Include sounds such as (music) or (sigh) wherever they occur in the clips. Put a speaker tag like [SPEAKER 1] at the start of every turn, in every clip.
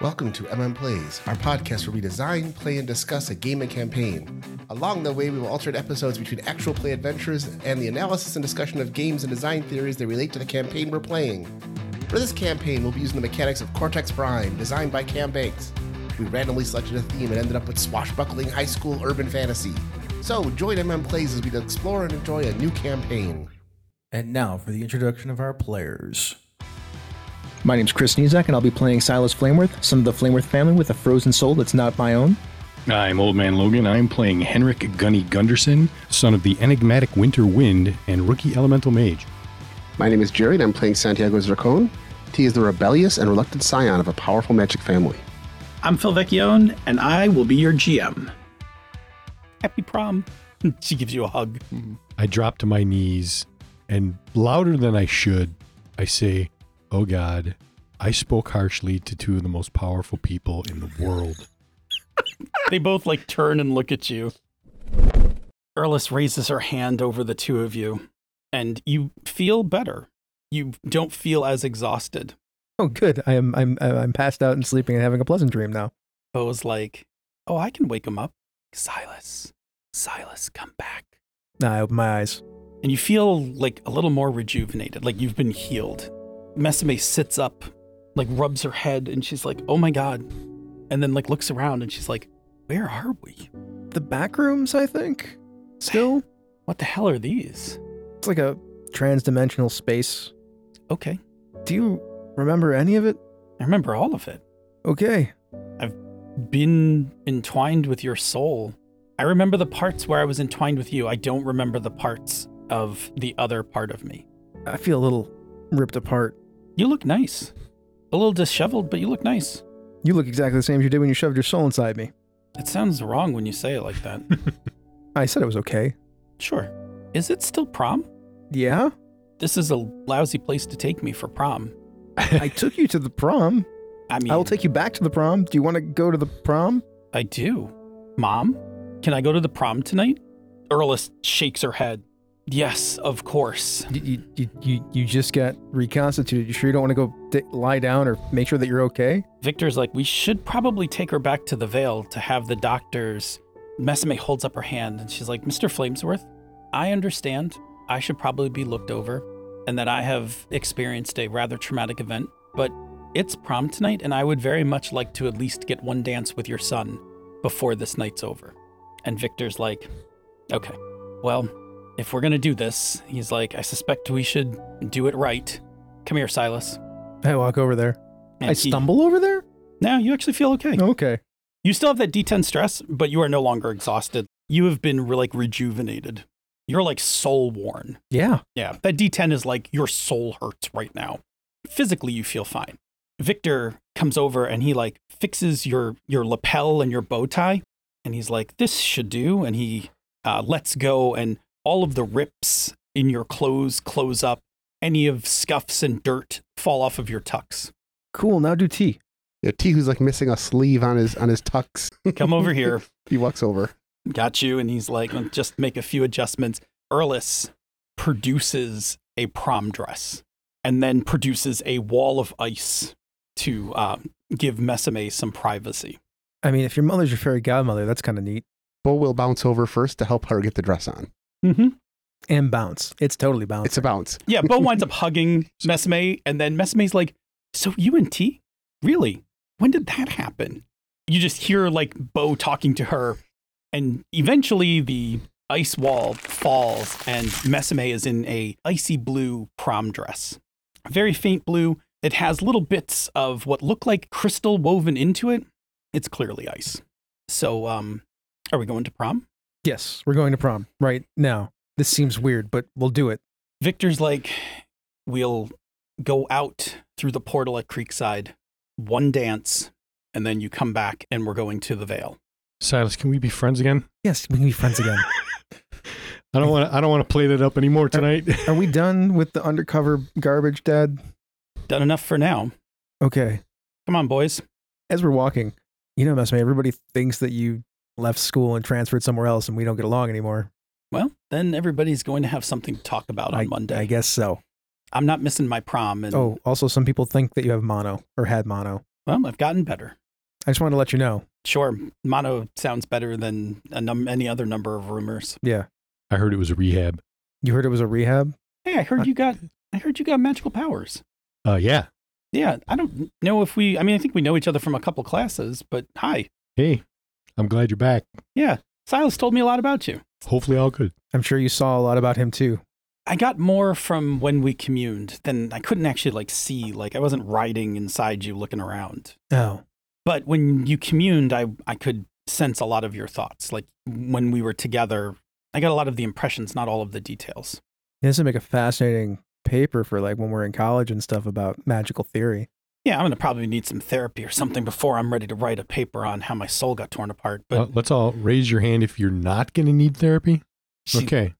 [SPEAKER 1] Welcome to MM Plays, our podcast where we design, play, and discuss a game and campaign. Along the way, we will alternate episodes between actual play adventures and the analysis and discussion of games and design theories that relate to the campaign we're playing. For this campaign, we'll be using the mechanics of Cortex Prime, designed by Cam Banks. We randomly selected a theme and ended up with swashbuckling high school urban fantasy. So join MM Plays as we explore and enjoy a new campaign.
[SPEAKER 2] And now for the introduction of our players.
[SPEAKER 3] My name's Chris Nizak, and I'll be playing Silas Flameworth, son of the Flameworth family with a frozen soul that's not my own.
[SPEAKER 4] I'm Old Man Logan. I'm playing Henrik Gunny Gunderson, son of the enigmatic Winter Wind and rookie Elemental Mage.
[SPEAKER 1] My name is Jerry, and I'm playing Santiago Zircon. He is the rebellious and reluctant scion of a powerful magic family.
[SPEAKER 5] I'm Phil Vecchione, and I will be your GM. Happy prom. (laughs) she gives you a hug.
[SPEAKER 4] I drop to my knees, and louder than I should, I say, Oh God, I spoke harshly to two of the most powerful people in the world.
[SPEAKER 5] They both like turn and look at you. Erlis raises her hand over the two of you, and you feel better. You don't feel as exhausted.
[SPEAKER 3] Oh, good. I am I'm I'm passed out and sleeping and having a pleasant dream now.
[SPEAKER 5] Bo's like, Oh, I can wake him up. Silas, Silas, come back.
[SPEAKER 3] I open my eyes.
[SPEAKER 5] and you feel like a little more rejuvenated, like you've been healed. Mesame sits up, like rubs her head, and she's like, "Oh my god," and then like looks around and she's like, "Where are we?
[SPEAKER 3] The back rooms, I think. Still,
[SPEAKER 5] What the hell are these?"
[SPEAKER 3] it's like a trans-dimensional space.
[SPEAKER 5] Okay,
[SPEAKER 3] Do you remember any of it?
[SPEAKER 5] I remember all of it.
[SPEAKER 3] Okay.
[SPEAKER 5] Been entwined with your soul. I remember the parts where I was entwined with you. I don't remember the parts of the other part of me.
[SPEAKER 3] I feel a little ripped apart.
[SPEAKER 5] You look nice, a little disheveled, but you look nice.
[SPEAKER 3] You look exactly the same as you did when you shoved your soul inside me.
[SPEAKER 5] It sounds wrong when you say it like that.
[SPEAKER 3] (laughs) I said it was okay.
[SPEAKER 5] sure. Is it still prom?
[SPEAKER 3] Yeah?
[SPEAKER 5] this is a lousy place to take me for prom.
[SPEAKER 3] I took you to the prom.
[SPEAKER 5] (laughs) I mean,
[SPEAKER 3] I will take you back to the prom. Do you want to go to the prom?
[SPEAKER 5] I do. Mom, can I go to the prom tonight? Earlis shakes her head. Yes, of course.
[SPEAKER 3] You- You, you, you, you just got reconstituted. You sure you don't want to go d- lie down or make sure that you're okay?
[SPEAKER 5] Victor's like, we should probably take her back to the Vale to have the doctors. Mesame holds up her hand and she's like, Mr. Flamesworth, I understand I should probably be looked over and that I have experienced a rather traumatic event, but it's prom tonight and I would very much like to at least get one dance with your son before this night's over. And Victor's like, okay, well, if we're going to do this, he's like, I suspect we should do it right. Come here, Silas.
[SPEAKER 3] I walk over there.
[SPEAKER 5] And
[SPEAKER 3] I
[SPEAKER 5] he-
[SPEAKER 3] stumble over there?
[SPEAKER 5] No, you actually feel okay.
[SPEAKER 3] Okay.
[SPEAKER 5] You still have that D10 stress, but you are no longer exhausted. You have been re- like rejuvenated. You're like soul worn.
[SPEAKER 3] Yeah.
[SPEAKER 5] Yeah, that D10 is like your soul hurts right now. Physically, you feel fine. Victor comes over and he like fixes your your lapel and your bow tie, and he's like, "This should do." And he uh, lets go, and all of the rips in your clothes close up. Any of scuffs and dirt fall off of your tucks.
[SPEAKER 3] Cool. Now do tea.
[SPEAKER 1] Yeah, T who's like missing a sleeve on his on his tux.
[SPEAKER 5] Come over here.
[SPEAKER 1] He walks over.
[SPEAKER 5] got you. And he's like, "Let's just make a few adjustments. Erlis produces a prom dress and then produces a wall of ice to um, give Mesame some privacy.
[SPEAKER 3] I mean, if your mother's your fairy godmother, that's kind of neat.
[SPEAKER 1] Bo will bounce over first to help her get the dress on.
[SPEAKER 5] Mm-hmm.
[SPEAKER 3] And bounce. It's totally bounce.
[SPEAKER 1] It's a bounce.
[SPEAKER 5] Yeah, Bo winds up hugging Mesame, and then Mesame's like, "So you and T? Really? When did that happen?" You just hear like Bo talking to her, and eventually the ice wall falls, and Mesame is in a icy blue prom dress, very faint blue. It has little bits of what look like crystal woven into it. It's clearly ice. So, um, are we going to prom?
[SPEAKER 3] yes, we're going to prom right now. This seems weird, but we'll do it.
[SPEAKER 5] Victor's like, we'll go out through the portal at Creekside, one dance, and then you come back and we're going to the Vale.
[SPEAKER 4] Silas, can we be friends again?
[SPEAKER 3] Yes, we can be friends again.
[SPEAKER 4] I don't want. I don't want to play that up anymore tonight. (laughs)
[SPEAKER 3] (laughs) Are we done with the undercover garbage, Dad?
[SPEAKER 5] Done enough for now.
[SPEAKER 3] Okay.
[SPEAKER 5] Come on, boys.
[SPEAKER 3] as we're walking, you know, Mesme, everybody thinks that you left school and transferred somewhere else and we don't get along anymore.
[SPEAKER 5] Well, then everybody's going to have something to talk about on
[SPEAKER 3] I,
[SPEAKER 5] Monday.
[SPEAKER 3] I guess so.
[SPEAKER 5] I'm not missing my prom. And
[SPEAKER 3] Oh, also, some people think that you have mono or had mono.
[SPEAKER 5] Well, I've gotten better.
[SPEAKER 3] I just wanted to let you know.
[SPEAKER 5] Sure, mono sounds better than a num- any other number of rumors.
[SPEAKER 3] Yeah.
[SPEAKER 4] I heard it was a rehab.
[SPEAKER 3] You heard it was a rehab?
[SPEAKER 5] Hey, I heard you got I heard you got magical powers.
[SPEAKER 4] Uh, yeah.
[SPEAKER 5] Yeah, I don't know if we I mean I think we know each other from a couple classes, but hi.
[SPEAKER 4] Hey, I'm glad you're back.
[SPEAKER 5] Yeah, Silas told me a lot about you.
[SPEAKER 4] Hopefully, all good.
[SPEAKER 3] I'm sure you saw a lot about him too.
[SPEAKER 5] I got more from when we communed than I couldn't actually like see like I wasn't riding inside you looking around.
[SPEAKER 3] Oh.
[SPEAKER 5] But when you communed, I I could sense a lot of your thoughts. Like when we were together, I got a lot of the impressions, not all of the details.
[SPEAKER 3] This would make a fascinating paper for like when we're in college and stuff about magical theory.
[SPEAKER 5] Yeah, I'm gonna probably need some therapy or something before I'm ready to write a paper on how my soul got torn apart. But
[SPEAKER 4] Uh, let's all raise your hand if you're not going to need therapy.
[SPEAKER 5] she-
[SPEAKER 4] Okay.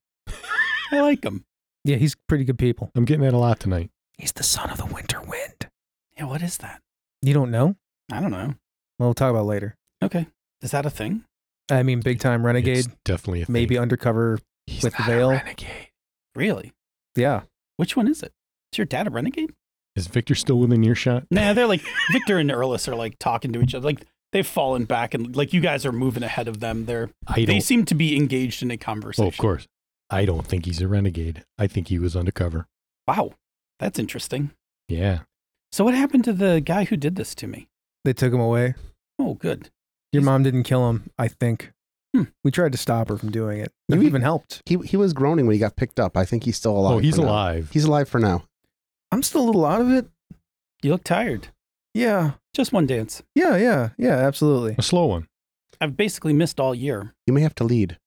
[SPEAKER 5] I like him.
[SPEAKER 3] Yeah, he's pretty good people.
[SPEAKER 4] I'm getting that a lot tonight.
[SPEAKER 3] He's the son of the winter wind.
[SPEAKER 5] Yeah, what is that?
[SPEAKER 3] You don't know?
[SPEAKER 5] I don't know.
[SPEAKER 3] Well, we'll talk about it later.
[SPEAKER 5] Okay, is that a thing?
[SPEAKER 3] I mean, big time renegade,
[SPEAKER 4] It's definitely a thing.
[SPEAKER 3] maybe undercover.
[SPEAKER 4] He's
[SPEAKER 3] with the
[SPEAKER 4] not a
[SPEAKER 3] veil.
[SPEAKER 4] renegade.
[SPEAKER 5] Really?
[SPEAKER 3] Yeah.
[SPEAKER 5] Which one is it? Is your dad a renegade?
[SPEAKER 4] Is Victor still within earshot?
[SPEAKER 5] Nah, they're like Victor and Erlis are like talking to each other. Like they've fallen back and like you guys are moving ahead of them. They're
[SPEAKER 4] I
[SPEAKER 5] they
[SPEAKER 4] don't.
[SPEAKER 5] seem to be engaged in a
[SPEAKER 4] Oh,
[SPEAKER 5] conversation.
[SPEAKER 4] of course. I don't think he's a renegade. I think he was undercover.
[SPEAKER 5] Wow, that's interesting.
[SPEAKER 4] Yeah.
[SPEAKER 5] So what happened to the guy who did this to me?
[SPEAKER 3] They took him away.
[SPEAKER 5] Oh, good.
[SPEAKER 3] Your
[SPEAKER 5] He's-
[SPEAKER 3] mom didn't kill him, I think.
[SPEAKER 5] Hmm.
[SPEAKER 3] We tried to stop her from doing it.
[SPEAKER 6] No,
[SPEAKER 3] You
[SPEAKER 6] he-
[SPEAKER 3] even helped.
[SPEAKER 6] He he was groaning when he got picked up. I think he's still alive.
[SPEAKER 4] oh, he's
[SPEAKER 6] for now.
[SPEAKER 4] alive.
[SPEAKER 6] He's alive for now.
[SPEAKER 3] I'm still a little out of it.
[SPEAKER 5] You look tired.
[SPEAKER 3] Yeah.
[SPEAKER 5] Just one dance.
[SPEAKER 3] Yeah, yeah, yeah, (laughs) absolutely.
[SPEAKER 4] a slow one.
[SPEAKER 5] I've basically missed all year.
[SPEAKER 6] You may have to lead.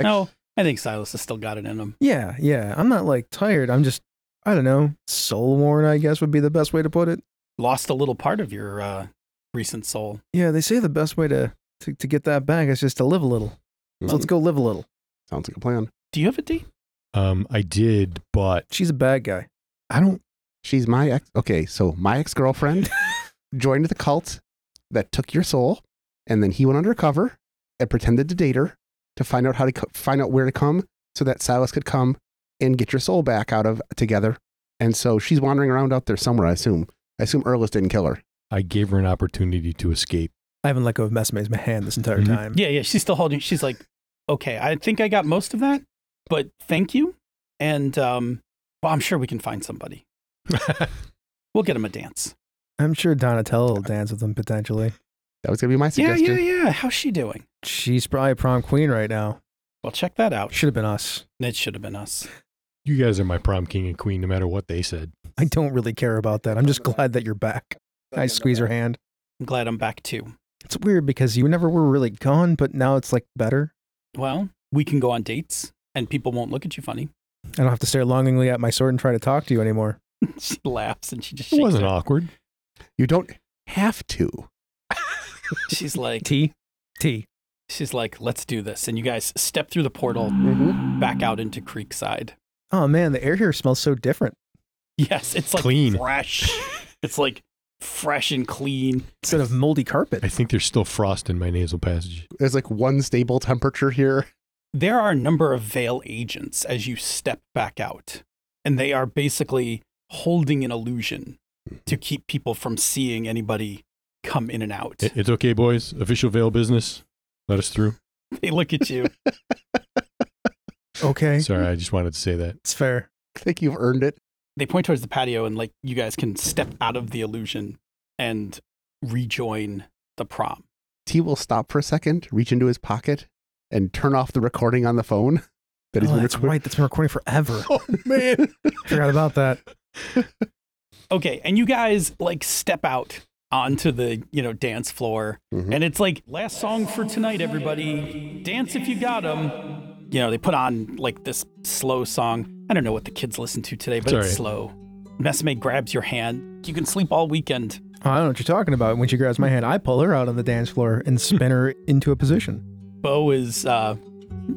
[SPEAKER 5] No, I think Silas has still got it in him.
[SPEAKER 3] Yeah, yeah. I'm not like tired. I'm just, I don't know, soul worn, I guess would be the best way to put it.
[SPEAKER 5] Lost a little part of your uh, recent soul.
[SPEAKER 3] Yeah, they say the best way to, to, to get that back is just to live a little. So let's
[SPEAKER 6] Mm,
[SPEAKER 3] go live a little.
[SPEAKER 6] Sounds like a plan.
[SPEAKER 5] Do you have a date?
[SPEAKER 4] Um, I did, but
[SPEAKER 3] She's a bad guy.
[SPEAKER 4] I don't.
[SPEAKER 6] She's my ex. Okay, so my
[SPEAKER 5] (laughs)
[SPEAKER 6] ex girlfriend joined the cult that took your soul, and then he went undercover and pretended to date her to find out how to co- find out where to come, so that Silas could come and get your soul back out of together. And so she's wandering around out there somewhere. I assume. I assume Erlis didn't kill her.
[SPEAKER 4] I gave her an opportunity to escape.
[SPEAKER 3] I haven't let go of Mesme's hand this entire
[SPEAKER 4] Mhm.
[SPEAKER 3] time.
[SPEAKER 5] Yeah, yeah. She's still holding. She's like, okay, I think I got most of that, but thank you. And um, well, I'm sure we can
[SPEAKER 4] (laughs)
[SPEAKER 5] find somebody. We'll get him a dance.
[SPEAKER 3] I'm sure Donatello will dance with him potentially.
[SPEAKER 6] That was gonna be my suggestion.
[SPEAKER 5] Yeah, yeah, yeah. How's she doing?
[SPEAKER 3] She's probably prom queen right now.
[SPEAKER 5] Well, check that out.
[SPEAKER 3] Should have been us.
[SPEAKER 5] It should have been us.
[SPEAKER 4] you guys are my prom king and queen, no matter what they said.
[SPEAKER 3] I don't really care about that. I'm just glad that you're back. I squeeze her hand.
[SPEAKER 5] I'm glad I'm back too.
[SPEAKER 3] It's weird because you never were really gone, but now it's like better.
[SPEAKER 5] Well, we can go on dates, and people won't look at you funny. (laughs)
[SPEAKER 3] I don't have to stare longingly at my sword and try to talk to you anymore.
[SPEAKER 5] she laughs and she just
[SPEAKER 4] It
[SPEAKER 5] shakes
[SPEAKER 4] wasn't
[SPEAKER 5] her.
[SPEAKER 4] awkward.
[SPEAKER 6] You don't have to.
[SPEAKER 5] (laughs) She's like,
[SPEAKER 3] T. T.
[SPEAKER 5] she's like, let's do this. And you guys step through the portal back out into Creekside. (laughs)
[SPEAKER 3] Oh man, the air here smells so different.
[SPEAKER 5] Yes, it's like
[SPEAKER 4] Clean.
[SPEAKER 5] fresh. it's like fresh and clean.
[SPEAKER 3] Instead of moldy carpet.
[SPEAKER 4] I think there's still frost in my nasal passage.
[SPEAKER 6] There's like one stable temperature here.
[SPEAKER 5] There are a number of veil agents as you step back out, and they are basically holding an illusion to keep people from seeing anybody come in and
[SPEAKER 4] (laughs)
[SPEAKER 5] out.
[SPEAKER 4] It- it's okay, boys. Official veil business. Let us through.
[SPEAKER 5] they look at you.
[SPEAKER 3] Okay.
[SPEAKER 4] Sorry, I just wanted to say that.
[SPEAKER 3] It's fair.
[SPEAKER 6] I (laughs) think you've earned it.
[SPEAKER 5] They point towards the patio, and like you guys can step out of the illusion and rejoin the prom.
[SPEAKER 6] T will stop for a second, reach into his pocket, and turn off the recording on the phone (laughs) that he's
[SPEAKER 3] oh,
[SPEAKER 6] been
[SPEAKER 3] that's
[SPEAKER 6] recording.
[SPEAKER 3] right. That's been recording (laughs) forever.
[SPEAKER 6] (laughs) Oh man!
[SPEAKER 3] Forgot about that.
[SPEAKER 5] Okay, and you guys like step out onto the you know dance floor,
[SPEAKER 6] Mhm.
[SPEAKER 5] and it's like last song for tonight, everybody, dance if you got 'em. You know they put on like this slow song. I don't know what the kids listen to today, but it's
[SPEAKER 4] Sorry.
[SPEAKER 5] slow. Mesme grabs your hand. You can sleep all weekend.
[SPEAKER 3] I don't know what you're talking about. When she grabs my hand, I pull her out on the dance floor and spin her into a position.
[SPEAKER 5] Bo is, uh,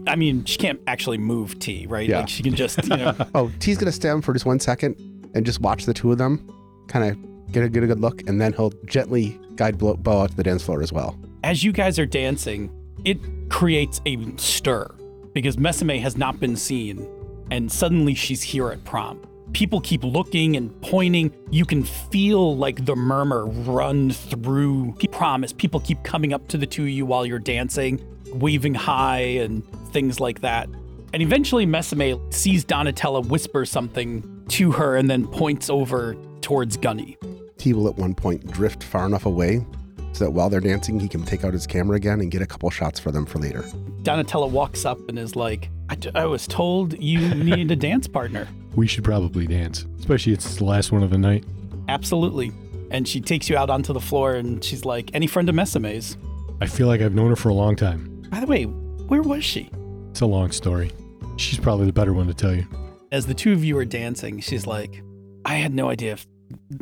[SPEAKER 5] I mean, she can't actually move T, right?
[SPEAKER 6] Yeah.
[SPEAKER 5] Like she can just you know
[SPEAKER 6] Oh, T's gonna stand for just one second and just watch the two of them, kind of get a get a good look, and then he'll gently guide Bo Bo out to the dance floor as well.
[SPEAKER 5] as you guys are dancing, it creates a stir because Mesame has not been seen, and suddenly she's here at prom. people keep looking and pointing. You can feel like the murmur run through. He promised people keep coming up to the two of you while you're dancing, waving high and things like that. And eventually Mesame sees Donatella whisper something to her and then points over towards Gunny.
[SPEAKER 6] He will at one point drift far enough away so that while they're dancing, he can take out his camera again and get a couple shots for them for later.
[SPEAKER 5] Donatella walks up and is like, I, I was told you need a dance partner.
[SPEAKER 4] We should probably dance, especially it's the last one of the night.
[SPEAKER 5] Absolutely. And she takes you out onto the floor and she's like, any friend of Mesame's.
[SPEAKER 4] I feel like I've known her for a long time.
[SPEAKER 5] By the way, where was she?
[SPEAKER 4] It's a long story. She's probably the better one to tell you.
[SPEAKER 5] As the two of you are dancing, she's like, I had no idea if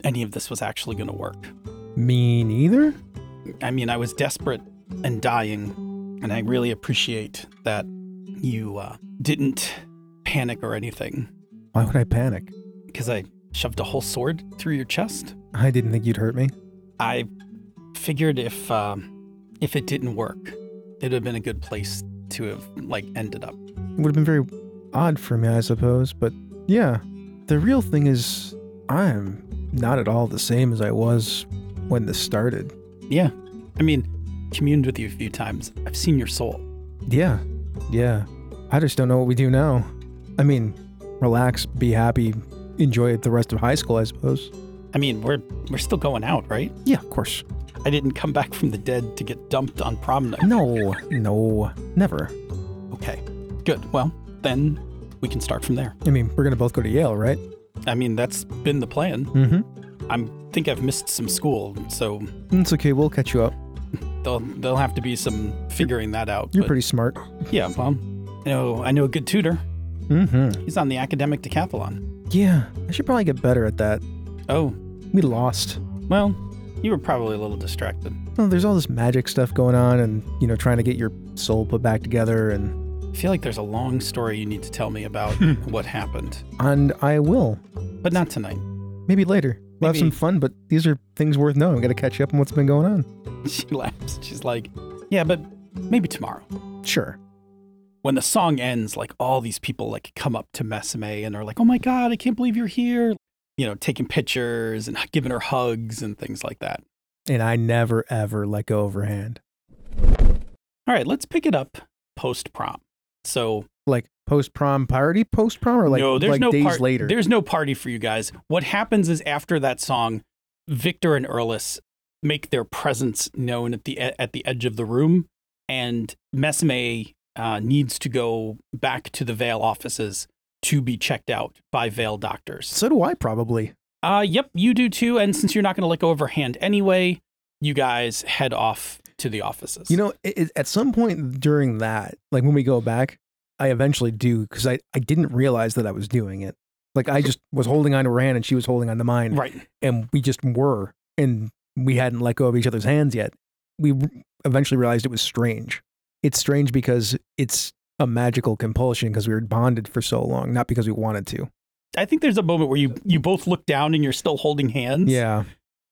[SPEAKER 5] any of this was actually going to work.
[SPEAKER 3] Me neither.
[SPEAKER 5] I mean, I was desperate and dying, and I really appreciate that you uh, didn't panic or anything
[SPEAKER 3] Why would I panic?
[SPEAKER 5] because I shoved a whole sword through your chest.
[SPEAKER 3] I didn't think you'd hurt me.
[SPEAKER 5] I figured if um, if it didn't work, it would have been a good place to have like ended up.
[SPEAKER 3] It would have been very odd for me, I suppose. But yeah, the real thing is, I'm not at all the same as I was when this started.
[SPEAKER 5] Yeah, I mean, communed with you a few times. I've seen your soul.
[SPEAKER 3] Yeah, yeah. I just don't know what we do now. I mean, relax, be happy, enjoy the rest of high school, I suppose.
[SPEAKER 5] I mean, we're we're still going out, right?
[SPEAKER 3] Yeah, of course.
[SPEAKER 5] I didn't come back from the dead to get dumped on prom night.
[SPEAKER 3] No, no, never.
[SPEAKER 5] Okay, good. Well, then we can start from there.
[SPEAKER 3] I mean, we're gonna both go to Yale, right?
[SPEAKER 5] I mean, that's been the plan.
[SPEAKER 3] Mm-hmm.
[SPEAKER 5] I think I've missed some school, so
[SPEAKER 3] It's okay. We'll catch you up.
[SPEAKER 5] there'll there'll have to be some figuring that out.
[SPEAKER 3] You're
[SPEAKER 5] but-
[SPEAKER 3] pretty smart.
[SPEAKER 5] Yeah, well, I know I know a good tutor.
[SPEAKER 3] Mm-hmm.
[SPEAKER 5] He's on the academic decathlon.
[SPEAKER 3] Yeah, I should probably get better at that.
[SPEAKER 5] Oh,
[SPEAKER 3] We lost.
[SPEAKER 5] well, you were probably a little distracted.
[SPEAKER 3] Oh, there's all this magic stuff going on, and you know, trying to get your soul put back together,
[SPEAKER 5] I
[SPEAKER 3] and
[SPEAKER 5] feel like there's a long story you need to tell me about what happened,
[SPEAKER 3] and I will.
[SPEAKER 5] but not tonight. (laughs)
[SPEAKER 3] Maybe later. We'll have some
[SPEAKER 5] Maybe.
[SPEAKER 3] fun, but these are things worth knowing. We gotta catch up on what's been going on.
[SPEAKER 5] She laughs. She's like, "Yeah, but maybe tomorrow."
[SPEAKER 3] Sure.
[SPEAKER 5] when the song ends, like all these people like come up to Mesame and are like, "Oh my god, I can't believe you're here!" You know, taking pictures and (laughs) giving her hugs and things like that.
[SPEAKER 3] And I never ever let go of her hand.
[SPEAKER 5] All right, let's pick it up post prom. So
[SPEAKER 3] Like post prom party, post prom, or like,
[SPEAKER 5] no, there's
[SPEAKER 3] like
[SPEAKER 5] no
[SPEAKER 3] days
[SPEAKER 5] par-
[SPEAKER 3] later.
[SPEAKER 5] There's no party for you guys. What happens is after that song, Victor and Erlis make their presence known at the e, at the edge of the room, and Mesme uh, needs to go back to the Vale offices to be checked out by Vale doctors.
[SPEAKER 3] so do I probably.
[SPEAKER 5] Uh, yep, you do too. And since you're not going to let go of her hand anyway, you guys head off to the offices.
[SPEAKER 3] You know, it, it- at some point during that, like when we go back, I eventually do because I, I didn't realize that I was doing it. Like I just was holding on to her hand and she was holding on to mine,
[SPEAKER 5] right?
[SPEAKER 3] and we just were, and we hadn't let go of each other's hands yet. We r- eventually realized it was strange. It's strange because it's a magical compulsion because we were bonded for so long, not because we wanted to.
[SPEAKER 5] I think there's a moment where you you both look down and you're still holding hands.
[SPEAKER 3] Yeah,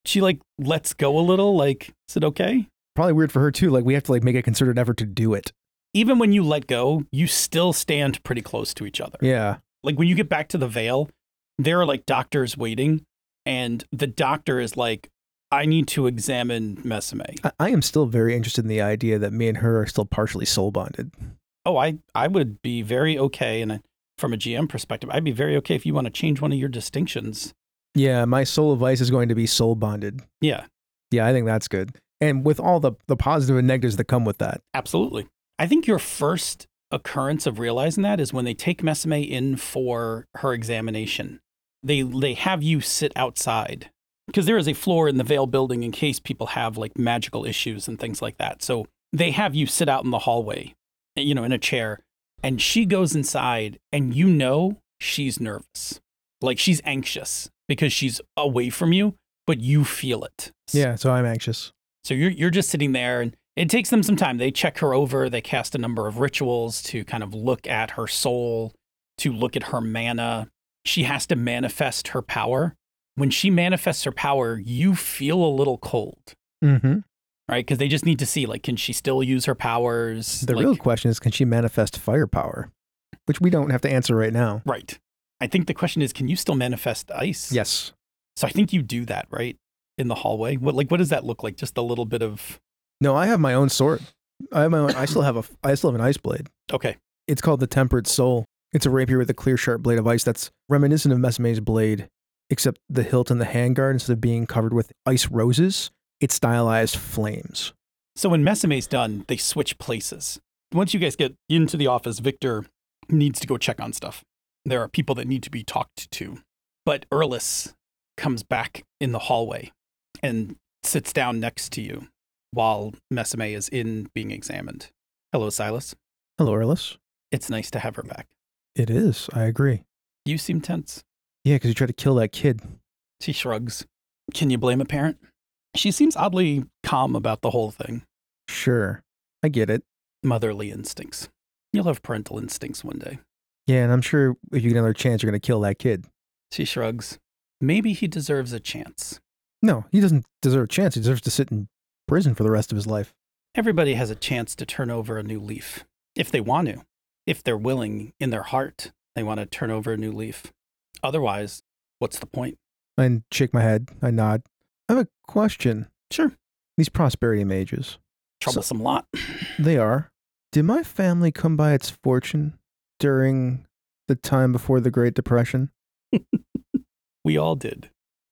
[SPEAKER 5] She like lets go a little. Like, is it okay?
[SPEAKER 3] probably weird for her too. Like we have to like make a concerted effort to do it.
[SPEAKER 5] Even when you let go, you still stand pretty close to each other.
[SPEAKER 3] Yeah,
[SPEAKER 5] Like when you get back to the veil, there are like doctors waiting, and the doctor is like, "I need to examine Mesame."
[SPEAKER 3] I, I am still very interested in the idea that me and her are still partially soul bonded.
[SPEAKER 5] oh i i would be very okay and I- from a gm perspective i'd be very okay if you want to change one of your distinctions
[SPEAKER 3] Yeah, my soul of vice is going to be soul bonded.
[SPEAKER 5] yeah
[SPEAKER 3] Yeah, I think that's good. And with all the the positive and negatives that come with that.
[SPEAKER 5] absolutely i think your first occurrence of realizing that is when they take mesame in for her examination they they have you sit outside because there is a floor in the Vale building in case people have like magical issues and things like that. So they have you sit out in the hallway, eh, you know, in a chair, and she goes inside, and you know she's nervous, like she's anxious because she's away from you, but you feel it.
[SPEAKER 3] Yeah, so I'm anxious.
[SPEAKER 5] So you're you're just sitting there, and it takes them some time. They check her over. They cast a number of rituals to kind of look at her soul, to look at her mana. She has to manifest her power. When she manifests her power, you feel a little cold,
[SPEAKER 3] Mm-hmm.
[SPEAKER 5] right? Because they just need to see, like, can she still use her powers?
[SPEAKER 3] The
[SPEAKER 5] Like-
[SPEAKER 3] real question is, can she manifest firepower? Which we don't have to answer right now.
[SPEAKER 5] right. I think the question is, can you still manifest ice?
[SPEAKER 3] Yes.
[SPEAKER 5] So I think you do that, right? In the hallway. What like what does that look like? Just a little bit of
[SPEAKER 3] No, I have my own sword. I have my own. I still have a. I still have an ice blade.
[SPEAKER 5] okay.
[SPEAKER 3] It's called the Tempered Soul. It's a rapier with a clear, sharp blade of ice that's reminiscent of Mesme's blade, except the hilt and the handguard, instead of being covered with ice roses, it's stylized flames.
[SPEAKER 5] So when Mesame's done, they switch places. Once you guys get into the office, Victor needs to go check on stuff. There are people that need to be talked to. But Erlis comes back in the hallway and sits down next to you while Mesame is in being examined. Hello, Silas.
[SPEAKER 3] Hello, Erlis.
[SPEAKER 5] It's nice to have her back.
[SPEAKER 3] It is. I agree.
[SPEAKER 5] You seem tense.
[SPEAKER 3] Yeah, because you tried to kill that kid.
[SPEAKER 5] She shrugs. Can you blame a parent? She seems oddly calm about the whole thing.
[SPEAKER 3] Sure. I get it.
[SPEAKER 5] Motherly instincts. You'll have parental instincts one day.
[SPEAKER 3] Yeah, and I'm sure if you get another chance, you're going to kill that kid.
[SPEAKER 5] She shrugs. Maybe he deserves a chance.
[SPEAKER 3] No, he doesn't deserve a chance. He deserves to sit in prison for the rest of his life.
[SPEAKER 5] Everybody has a chance to turn over a new leaf if they want to. If they're willing in their heart, they want to turn over a new leaf. Otherwise, what's the point?
[SPEAKER 3] I shake my head. I nod. I have a question.
[SPEAKER 5] Sure.
[SPEAKER 3] These prosperity mages.
[SPEAKER 5] Troublesome lot.
[SPEAKER 3] They are. Did my family come by its fortune during the time before the Great Depression?
[SPEAKER 5] We all did.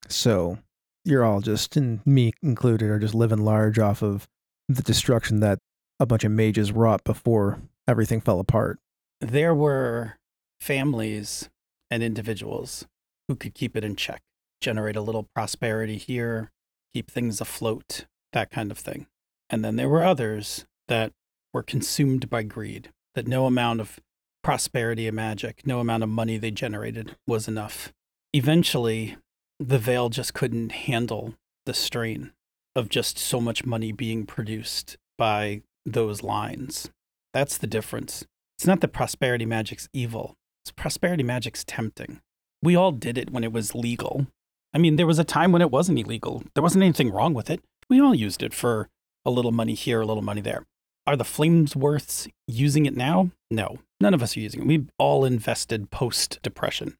[SPEAKER 3] So you're all just, and me included, are just living large off of the destruction that a bunch of mages wrought before everything fell apart.
[SPEAKER 5] There were families and individuals who could keep it in check, generate a little prosperity here, keep things afloat, that kind of thing. And then there were others that were consumed by greed, that no amount of prosperity and magic, no amount of money they generated was enough. Eventually, the veil just couldn't handle the strain of just so much money being produced by those lines. That's the difference. It's not that prosperity magic's evil, it's prosperity magic's tempting. We all did it when it was legal. I mean, there was a time when it wasn't illegal, there wasn't anything wrong with it. We all used it for a little money here, a little money there. Are the Flamesworths using it now? No, none of us are using it. We've all invested post depression.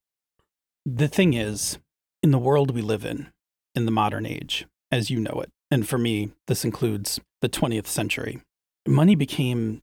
[SPEAKER 5] The thing is, in the world we live in, in the modern age, as you know it, and for me, this includes the 20th century, money became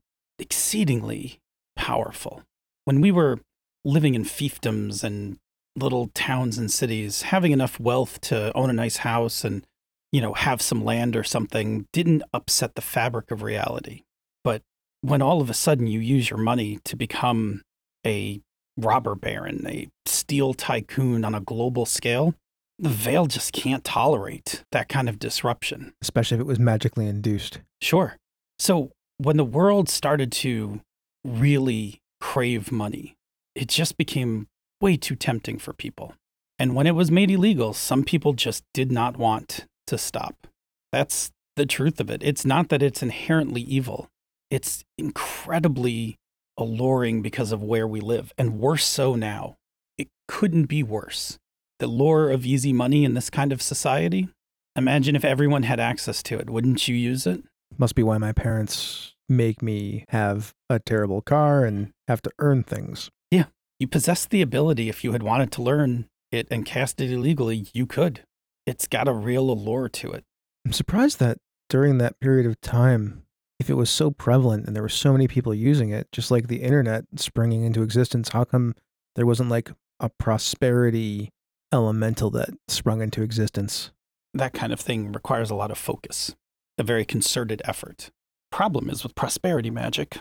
[SPEAKER 5] exceedingly powerful. When we were living in fiefdoms and little towns and cities, having enough wealth to own a nice house and, you know, have some land or something didn't upset the fabric of reality. But when all of a sudden you use your money to become a robber baron, a steel tycoon on a global scale, the veil just can't tolerate that kind of disruption.
[SPEAKER 3] Especially if it was magically induced.
[SPEAKER 5] Sure. So when the world started to really crave money, it just became way too tempting for people. And when it was made illegal, some people just did not want to stop. That's the truth of it. It's not that it's inherently evil, it's incredibly alluring because of where we live, and worse so now. It couldn't be worse. The lure of easy money in this kind of society. Imagine if everyone had access to it. Wouldn't you use it?
[SPEAKER 3] Must be why my parents make me have a terrible car and have to earn things.
[SPEAKER 5] You possess the ability if you had wanted to learn it and cast it illegally, you could. It's got a real allure to it.
[SPEAKER 3] I'm surprised that during that period of time, if it was so prevalent and there were so many people using it, just like the internet springing into existence, how come there wasn't like a prosperity elemental that sprung into existence?
[SPEAKER 5] That kind of thing requires a lot of focus, a very concerted effort. Problem is with prosperity magic,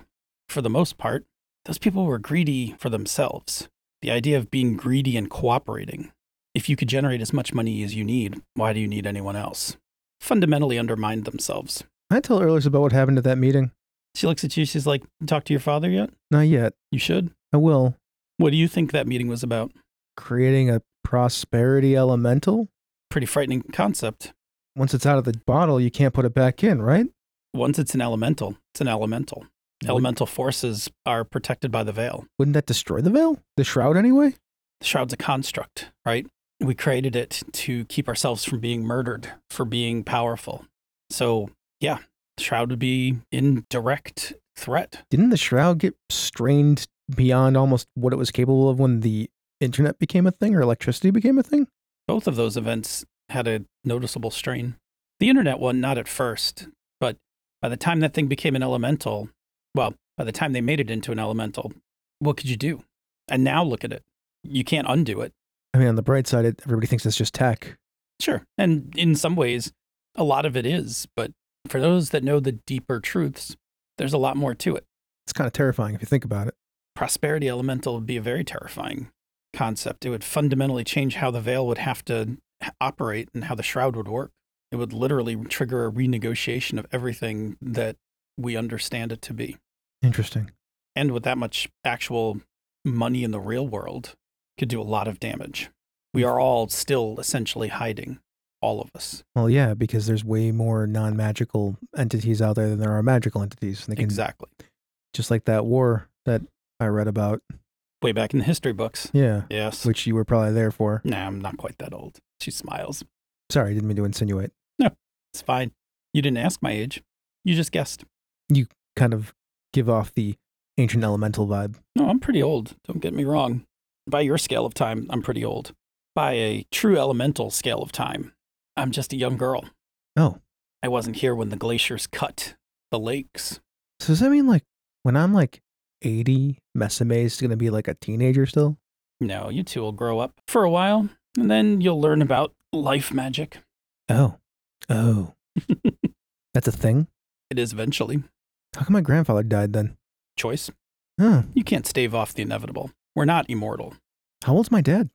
[SPEAKER 5] for the most part, those people were greedy for themselves. The idea of being greedy and cooperating. If you could generate as much money as you need, why do you need anyone else? Fundamentally undermined themselves.
[SPEAKER 3] Can I tell Earlers about what happened at that meeting?
[SPEAKER 5] She looks at you, she's like, Talk to your father yet?
[SPEAKER 3] Not yet.
[SPEAKER 5] You should.
[SPEAKER 3] I will.
[SPEAKER 5] What do you think that meeting was about?
[SPEAKER 3] Creating a prosperity elemental?
[SPEAKER 5] pretty frightening concept.
[SPEAKER 3] Once it's out of the bottle, you can't put it back in, right?
[SPEAKER 5] Once it's an elemental, it's an elemental.
[SPEAKER 3] Would-
[SPEAKER 5] Elemental forces are protected by the veil.
[SPEAKER 3] Wouldn't that destroy the veil? The shroud, anyway?
[SPEAKER 5] The shroud's a construct, right? We created it to keep ourselves from being murdered for being powerful. So, yeah, the shroud would be in direct threat.
[SPEAKER 3] Didn't the shroud get strained beyond almost what it was capable of when the internet became a thing or electricity became a thing?
[SPEAKER 5] Both of those events had a noticeable strain. The internet one, not at first, but by the time that thing became an elemental, well, by the time they made it into an elemental, what could you do? And now look at it. You can't undo it.
[SPEAKER 3] I mean, on the bright side, it, everybody thinks it's just tech.
[SPEAKER 5] Sure. And in some ways, a lot of it is. But for those that know the deeper truths, there's a lot more to it.
[SPEAKER 3] It's kind of terrifying if you think about it.
[SPEAKER 5] Prosperity elemental would be a very terrifying concept. It would fundamentally change how the veil would have to h- operate and how the shroud would work. It would literally trigger a renegotiation of everything that we understand it to be.
[SPEAKER 3] Interesting.
[SPEAKER 5] And with that much actual money in the real world, could do a lot of damage. We are all still essentially hiding, all of us.
[SPEAKER 3] Well, yeah, because there's way more non magical entities out there than there are magical entities. And they can,
[SPEAKER 5] Exactly.
[SPEAKER 3] Just like that war that I read about.
[SPEAKER 5] Way back in the history books.
[SPEAKER 3] Yeah.
[SPEAKER 5] Yes.
[SPEAKER 3] Which you were probably there for.
[SPEAKER 5] Nah, I'm not quite that old. She smiles.
[SPEAKER 3] Sorry, I didn't mean to insinuate.
[SPEAKER 5] It's fine. You didn't ask my age. You just guessed.
[SPEAKER 3] Kind of give off the ancient elemental vibe.
[SPEAKER 5] No, I'm pretty old. Don't get me wrong. By your scale of time, I'm pretty old. By a true elemental scale of time, I'm just a young girl.
[SPEAKER 3] Oh.
[SPEAKER 5] I wasn't here when the glaciers cut the lakes.
[SPEAKER 3] So does that mean like when I'm like 80, Mesame is going to be like a teenager still?
[SPEAKER 5] No, you two will grow up for a while, and then you'll learn about life magic.
[SPEAKER 3] Oh. Oh. That's a thing?
[SPEAKER 5] It is eventually
[SPEAKER 3] How come my grandfather died then?
[SPEAKER 5] choice.
[SPEAKER 3] Huh.
[SPEAKER 5] You can't stave off the inevitable. We're not immortal.
[SPEAKER 3] How old's my dad?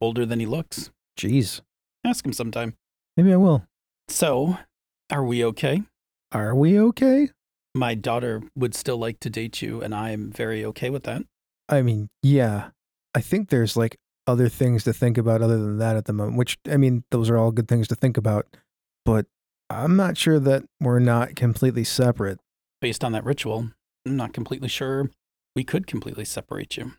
[SPEAKER 5] Older than he looks.
[SPEAKER 3] Jeez.
[SPEAKER 5] Ask him sometime.
[SPEAKER 3] Maybe I will.
[SPEAKER 5] So, are we okay?
[SPEAKER 3] Are we okay?
[SPEAKER 5] My daughter would still like to date you, and I am very okay with that.
[SPEAKER 3] I mean, yeah. I think there's like other things to think about other than that at the moment, which I mean, those are all good things to think about. But I'm not sure that we're not completely separate.
[SPEAKER 5] Based on that ritual, I'm not completely sure we could completely separate you.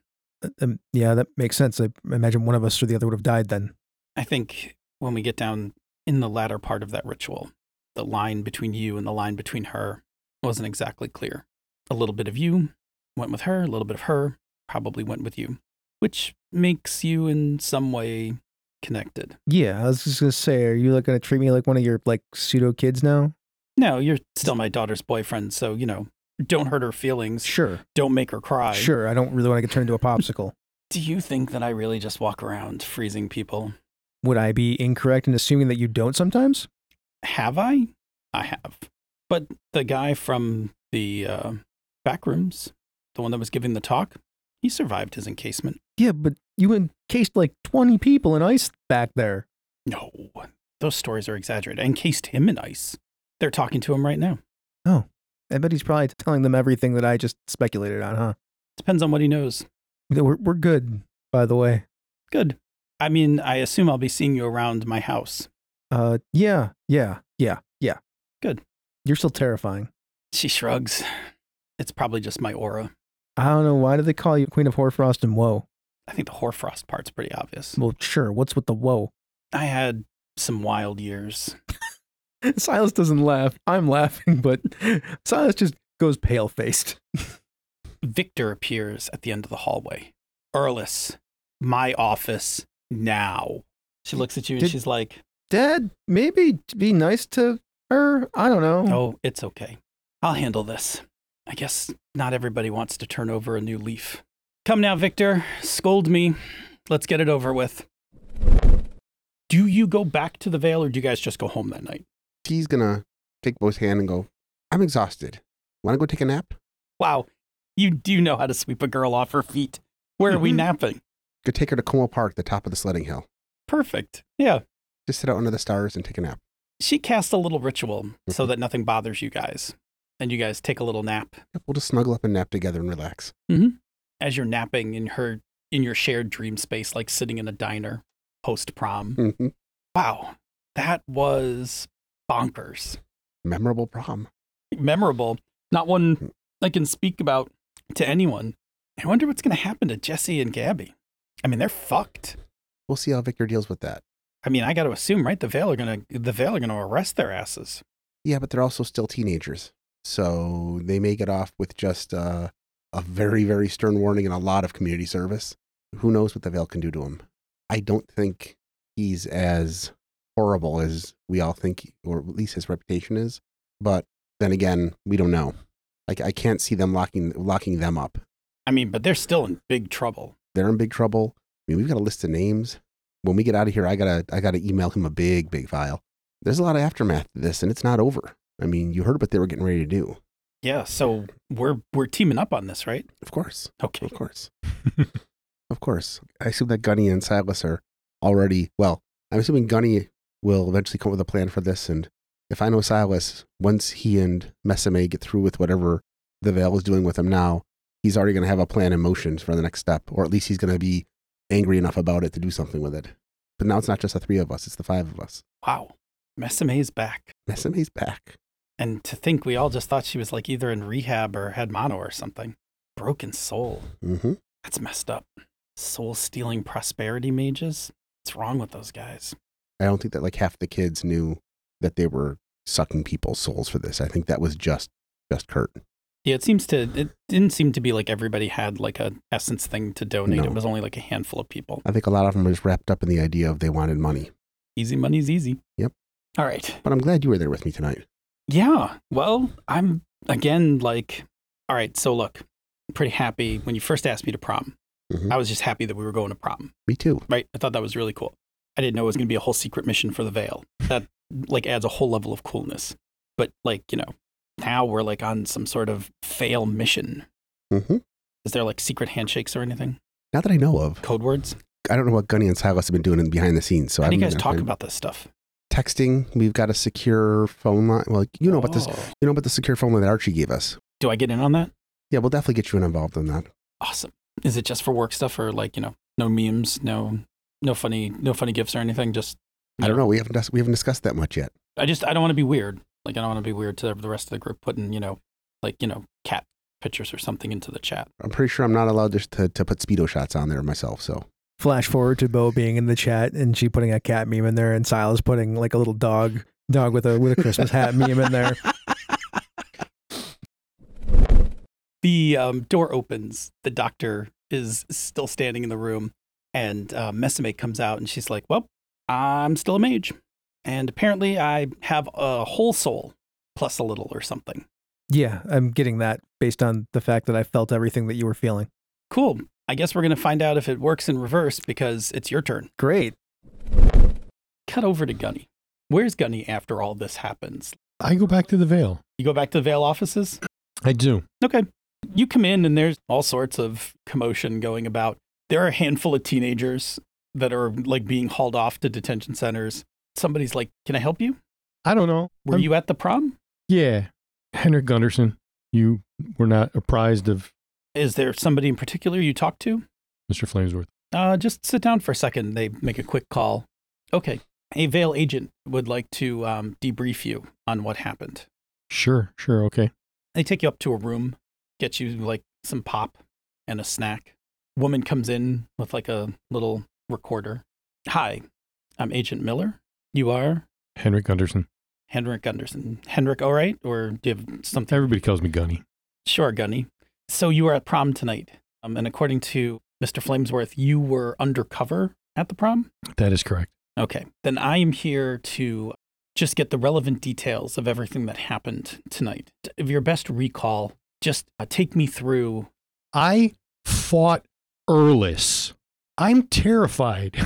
[SPEAKER 3] Uh, Um, yeah, that makes sense. I imagine one of us or the other would have died then.
[SPEAKER 5] I think when we get down in the latter part of that ritual, the line between you and the line between her wasn't exactly clear. A little bit of you went with her, a little bit of her probably went with you, which makes you in some way connected.
[SPEAKER 3] Yeah, I was just gonna say, are you like gonna treat me like one of your like pseudo kids now?
[SPEAKER 5] No, you're still my daughter's boyfriend, so, you know, don't hurt her feelings,
[SPEAKER 3] Sure,
[SPEAKER 5] don't make her cry.
[SPEAKER 3] sure. I don't really want to get turned into a popsicle.
[SPEAKER 5] Do you think that I really just walk around freezing people?
[SPEAKER 3] Would I be incorrect in assuming that you don't sometimes?
[SPEAKER 5] Have I? I have. But the guy from the uh, back rooms, the one that was giving the talk, he survived his encasement.
[SPEAKER 3] Yeah, but you encased like twenty people in ice back there.
[SPEAKER 5] No, those stories are exaggerated. I encased him in ice. They're talking to him right now.
[SPEAKER 3] I bet he's probably telling them everything that I just speculated on, huh?
[SPEAKER 5] Depends on what he knows.
[SPEAKER 3] We're we're good, by the way.
[SPEAKER 5] Good. I mean, I assume I'll be seeing you around my house.
[SPEAKER 3] Uh, yeah, yeah, yeah, yeah.
[SPEAKER 5] Good.
[SPEAKER 3] You're still terrifying.
[SPEAKER 5] She shrugs. It's probably just my aura.
[SPEAKER 3] I don't know why do they call you Queen of Hoarfrost and Woe.
[SPEAKER 5] I think the hoarfrost part's pretty obvious.
[SPEAKER 3] Well, sure. What's with the woe?
[SPEAKER 5] I had some wild years.
[SPEAKER 3] (laughs) Silas doesn't laugh. I'm laughing, but (laughs) Silas just goes pale faced.
[SPEAKER 5] Victor appears at the end of the hallway. Erlis, my office now. She looks at you and
[SPEAKER 3] Did-
[SPEAKER 5] she's like,
[SPEAKER 3] Dad, maybe be nice to her. I don't know.
[SPEAKER 5] Oh, it's okay. I'll handle this. I guess not everybody wants to turn over a new leaf. Come now, Victor. Scold me. Let's get it over with. Do you go back to the Vale or do you guys just go home that night?
[SPEAKER 6] He's gonna take Bo's hand and go, I'm exhausted. Wanna go take a nap?
[SPEAKER 5] Wow, you do know how to sweep a girl off her feet. Where are we
[SPEAKER 6] Mhm.
[SPEAKER 5] napping?
[SPEAKER 6] Go take her to Como Park, the top of the sledding hill.
[SPEAKER 5] Perfect. Yeah.
[SPEAKER 6] Just sit out under the stars and take a nap.
[SPEAKER 5] she casts a little ritual so
[SPEAKER 6] Mhm.
[SPEAKER 5] that nothing bothers you guys and you guys take a little nap
[SPEAKER 6] Yep, we'll just snuggle up and nap together and relax.
[SPEAKER 5] as you're napping in her in your shared dream space like sitting in a diner post prom
[SPEAKER 1] Mm. Mm-hmm.
[SPEAKER 6] hmm
[SPEAKER 5] wow that was bonkers
[SPEAKER 6] Memorable prom.
[SPEAKER 5] memorable not one i can speak about to anyone i wonder what's going to happen to jesse and gabby i mean they're fucked
[SPEAKER 6] We'll see how Victor deals with that.
[SPEAKER 5] i mean i got to assume right the veil are going to the veil are going to arrest their asses
[SPEAKER 6] Yeah, but they're also still teenagers. So they may get off with just uh, a very, very stern warning and a lot of community service.
[SPEAKER 1] who knows what the veil can do to him. I don't think he's as horrible as we all think, or at least his reputation is. But then again, we don't know. Like I can't see them locking locking them up.
[SPEAKER 5] I mean, but they're still in big trouble.
[SPEAKER 1] They're in big trouble. I mean, we've got a list of names. When we get out of here, I gotta I gotta email him a big big file. There's a lot of aftermath to this, and it's not over. I mean, you heard what they were getting ready to do.
[SPEAKER 5] Yeah, so we're we're teaming up on this, right?
[SPEAKER 1] Of course,
[SPEAKER 5] Okay.
[SPEAKER 1] of course, of course. I assume that Gunny and Silas are already well. I'm assuming Gunny will eventually come up with a plan for this, and if I know Silas, once he and Mesame get through with whatever the Veil is doing with him now, he's already going to have a plan in motion for the next step, or at least he's going to be angry enough about it to do something with it. But now it's not just the three of us; it's the five of us.
[SPEAKER 5] Wow. Mesame is back.
[SPEAKER 1] Mesame's back.
[SPEAKER 5] And to think we all just thought she was like either in rehab or had mono or something. Broken soul.
[SPEAKER 1] Mm-hmm.
[SPEAKER 5] That's messed up. Soul stealing prosperity mages? What's wrong with those guys?
[SPEAKER 1] I don't think that like half the kids knew that they were sucking people's souls for this. I think that was just just Kurt.
[SPEAKER 5] Yeah, it seems to it didn't seem to be like everybody had like a essence thing to donate.
[SPEAKER 1] No.
[SPEAKER 5] It was only like a handful of people.
[SPEAKER 1] I think a lot of them was wrapped up in the idea of they wanted money.
[SPEAKER 5] Easy money's easy.
[SPEAKER 1] Yep.
[SPEAKER 5] All right.
[SPEAKER 1] But I'm glad you were there with me tonight.
[SPEAKER 5] Yeah. Well, I'm again like, all right. So look, I'm pretty happy when you first asked me to prom.
[SPEAKER 1] Mhm.
[SPEAKER 5] I was just happy that we were going to prom.
[SPEAKER 1] Me too.
[SPEAKER 5] Right. I thought that was really cool. I didn't know it was going to be a whole secret mission for the veil. That like adds a whole level of coolness. But like you know, now we're like on some sort of fail mission.
[SPEAKER 1] hmm
[SPEAKER 5] Is there like secret handshakes or anything?
[SPEAKER 1] Not that I know of.
[SPEAKER 5] Code words?
[SPEAKER 1] I don't know what Gunny and Silas have been doing in behind the scenes. So
[SPEAKER 5] How
[SPEAKER 1] I
[SPEAKER 5] do you
[SPEAKER 1] don't
[SPEAKER 5] guys
[SPEAKER 1] know.
[SPEAKER 5] talk about this stuff?
[SPEAKER 1] texting? We've got a secure phone line. Well, you know about this.
[SPEAKER 5] Oh.
[SPEAKER 1] You know about the secure phone line that Archie gave us.
[SPEAKER 5] Do I get in on that?
[SPEAKER 1] Yeah, we'll definitely get you involved in that.
[SPEAKER 5] Awesome. Is it just for work stuff or like you know, no memes, no, no funny, no funny gifts or anything? Just
[SPEAKER 1] I don't know. We haven't dis- we haven't discussed that much yet.
[SPEAKER 5] I just I don't want to be weird. Like I don't want to be weird to the rest of the group putting you know, like you know, cat pictures or something into the chat.
[SPEAKER 1] I'm pretty sure I'm not allowed just to, to put speedo shots on there myself. So
[SPEAKER 3] Flash forward to Bo being in the chat and she putting a cat meme in there, and Silas putting like a little dog dog with a with a Christmas hat meme in there.
[SPEAKER 5] The um, door opens. The doctor is still standing in the room, and uh, Mesame comes out, and she's like, "Well, I'm still a mage, and apparently I have a whole soul plus a little or something."
[SPEAKER 3] Yeah, I'm getting that based on the fact that I felt everything that you were feeling.
[SPEAKER 5] Cool. I guess we're gonna find out if it works in reverse because it's your turn.
[SPEAKER 3] Great.
[SPEAKER 5] Cut over to Gunny. Where's Gunny after all this happens?
[SPEAKER 4] I go back to the veil.
[SPEAKER 5] You go back to the Vale offices.
[SPEAKER 4] I do.
[SPEAKER 5] Okay. You come in and there's all sorts of commotion going about. There are a handful of teenagers that are like being hauled off to detention centers. Somebody's like, "Can I help you?
[SPEAKER 4] I don't know.
[SPEAKER 5] Were
[SPEAKER 4] I'm-
[SPEAKER 5] you at the prom?
[SPEAKER 4] Yeah. Henrik Gunderson, you were not apprised of
[SPEAKER 5] Is there somebody in particular you talked to?"
[SPEAKER 4] Mr. Flamesworth.
[SPEAKER 5] Uh, just sit down for a second. They make a quick call. Okay. A Vale agent would like to um, debrief you on what happened.
[SPEAKER 4] Sure, sure, okay.
[SPEAKER 5] They take you up to a room, get you like some pop and a snack. Woman comes in with like a little recorder. Hi, I'm Agent Miller. You are
[SPEAKER 4] Henrik Gunderson.
[SPEAKER 5] Henrik Gunderson. Henrik, all right? Or do you have something?
[SPEAKER 4] Everybody calls me Gunny.
[SPEAKER 5] Sure, Gunny. So you were at prom tonight. Um, and according to Mr. Flamesworth, you were undercover at the prom?
[SPEAKER 4] That is correct.
[SPEAKER 5] Okay. Then I am here to just get the relevant details of everything that happened tonight. Of your best recall, just uh, take me through.
[SPEAKER 4] I fought Erlis. I'm terrified. (laughs)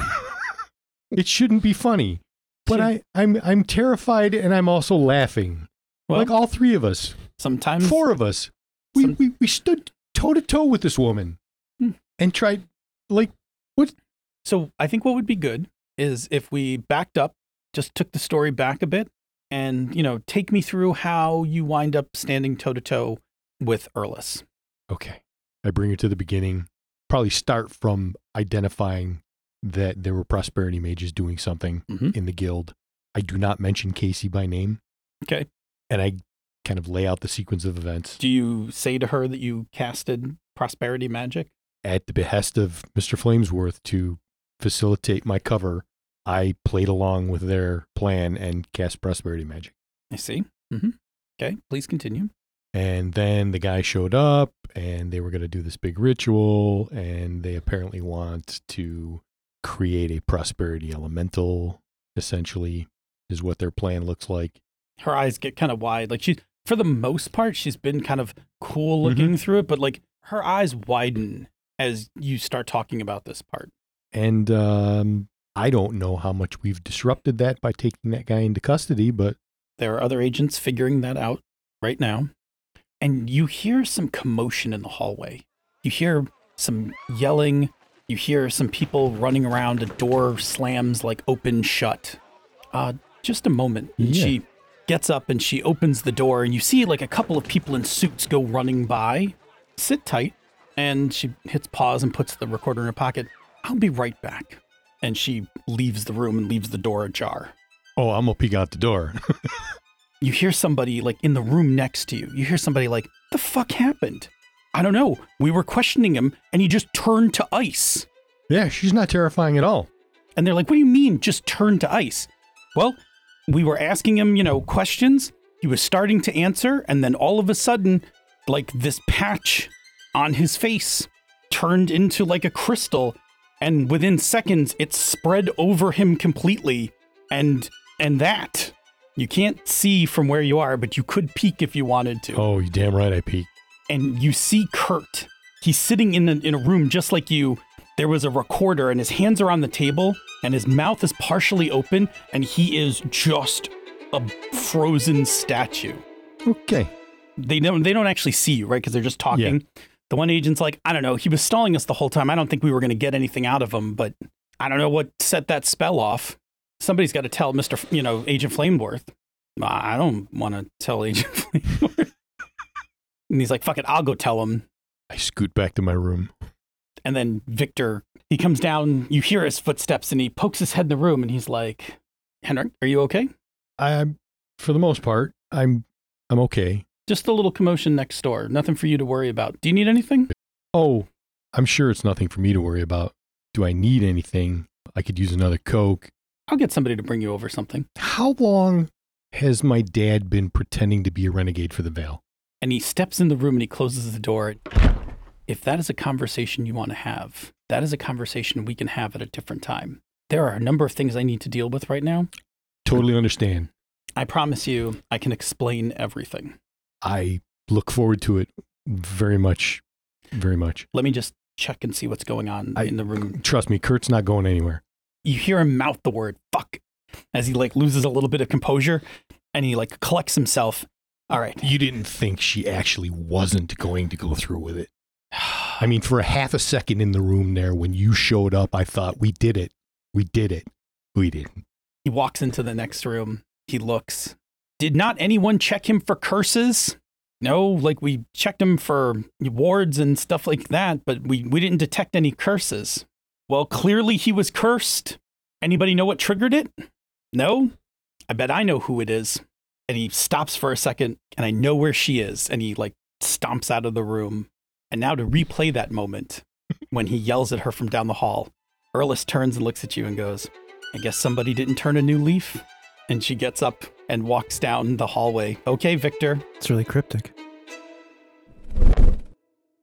[SPEAKER 4] it shouldn't be funny. But I, I'm I'm terrified and I'm also laughing.
[SPEAKER 5] Well,
[SPEAKER 4] like all three of us.
[SPEAKER 5] sometimes
[SPEAKER 4] four of us. We,
[SPEAKER 5] Some-
[SPEAKER 4] we, we stood toe to toe with this woman
[SPEAKER 5] Hmm.
[SPEAKER 4] and tried, like,
[SPEAKER 5] So I think what would be good is if we backed up, just took the story back a bit, and you know, take me through how you wind up standing toe to toe with Erlis.
[SPEAKER 4] okay. I bring her to the beginning. Probably start from identifying that there were prosperity mages doing something
[SPEAKER 5] Mhm.
[SPEAKER 4] in the guild. I do not mention Casey by name.
[SPEAKER 5] Okay.
[SPEAKER 4] And I kind of lay out the sequence of events
[SPEAKER 5] Do you say to her that you casted prosperity magic?
[SPEAKER 4] at the behest of Mr. Flamesworth to facilitate my cover. I played along with their plan and cast prosperity magic.
[SPEAKER 5] I see. hmm Okay, Mm-hmm. please continue.
[SPEAKER 4] And then the guy showed up and they were going to do this big ritual. And they apparently want to create a prosperity elemental, essentially, is what their plan looks like.
[SPEAKER 5] Her eyes get kind of wide. Like she, for the most part, she's been kind of cool looking through it, but like her eyes widen as you start talking about this part.
[SPEAKER 4] And um, I don't know how much we've disrupted that by taking that guy into custody, but
[SPEAKER 5] There are other agents figuring that out right now. And you hear some commotion in the hallway. You hear some yelling. You hear some people running around. A door slams like open shut. Uh, just a moment. And
[SPEAKER 4] Yeah.
[SPEAKER 5] She gets up and she opens the door, and you see like a couple of people in suits go running by. Sit tight. And she hits pause and puts the recorder in her pocket. I'll be right back. And she leaves the room and leaves the door ajar.
[SPEAKER 4] oh, I'm going to peek out the door. (laughs)
[SPEAKER 5] you hear somebody like in the room next to you. You hear somebody like, the fuck happened? I don't know. We were questioning him and he just turned to ice.
[SPEAKER 4] yeah, she's not terrifying at all.
[SPEAKER 5] And they're like, what do you mean just turned to ice? Well, we were asking him, you know, questions. He was starting to answer. And then all of a sudden, like this patch on his face turned into like a crystal. And within seconds, it spread over him completely. And, and that you can't see from where you are, but you could peek if you wanted to
[SPEAKER 4] Oh, you damn right I peeked.
[SPEAKER 5] and you see Kurt. He's sitting in a, in a room just like you. There was a recorder, and his hands are on the table, and his mouth is partially open, and he is just a frozen statue.
[SPEAKER 4] Okay.
[SPEAKER 5] They don't they don't actually see you, right? Because they're just talking. The one agent's like, I don't know. He was stalling us the whole time. I don't think we were going to get anything out of him, but I don't know what set that spell off. Somebody's got to tell Mister, you know, Agent Flameworth. I I don't want to tell Agent (laughs) Flameworth. and he's like, fuck it, I'll go tell him.
[SPEAKER 4] I scoot back to my room.
[SPEAKER 5] And then Victor, he comes down, you hear his footsteps, and he pokes his head in the room and he's like, Henrik, are you okay?
[SPEAKER 4] I'm, for the most part, I'm, I'm okay.
[SPEAKER 5] Just a little commotion next door. Nothing for you to worry about. Do you need anything?
[SPEAKER 4] Oh, I'm sure it's nothing for me to worry about. Do I need anything? I could use another Coke.
[SPEAKER 5] I'll get somebody to bring you over something.
[SPEAKER 4] How long has my dad been pretending to be a renegade for the veil?
[SPEAKER 5] And he steps in the room and he closes the door. If that is a conversation you want to have, that is a conversation we can have at a different time. There are a number of things I need to deal with right now.
[SPEAKER 4] Totally understand.
[SPEAKER 5] I promise you, I can explain everything.
[SPEAKER 4] I look forward to it very much, very much.
[SPEAKER 5] Let me just check and see what's going on
[SPEAKER 4] I-
[SPEAKER 5] in the room.
[SPEAKER 4] Trust me, Kurt's not going anywhere.
[SPEAKER 5] you hear him mouth the word fuck as he like loses a little bit of composure and he like collects himself. All right.
[SPEAKER 4] You didn't think she actually wasn't going to go through with it. (sighs) I mean, for a half a second in the room there, when you showed up, I thought, we did it. We did it. We didn't.
[SPEAKER 5] He walks into the next room. He looks. Did not anyone check him for curses? No, like we checked him for wards and stuff like that, but we, we didn't detect any curses. Well, clearly he was cursed. Anybody know what triggered it? No? I bet I know who it is. And he stops for a second, and I know where she is, and he like stomps out of the room. And now to replay that moment when he yells at her from down the hall, Erlis turns and looks at you and goes, I guess somebody didn't turn a new leaf. And she gets up and walks down the hallway. Okay, Victor.
[SPEAKER 2] It's really cryptic.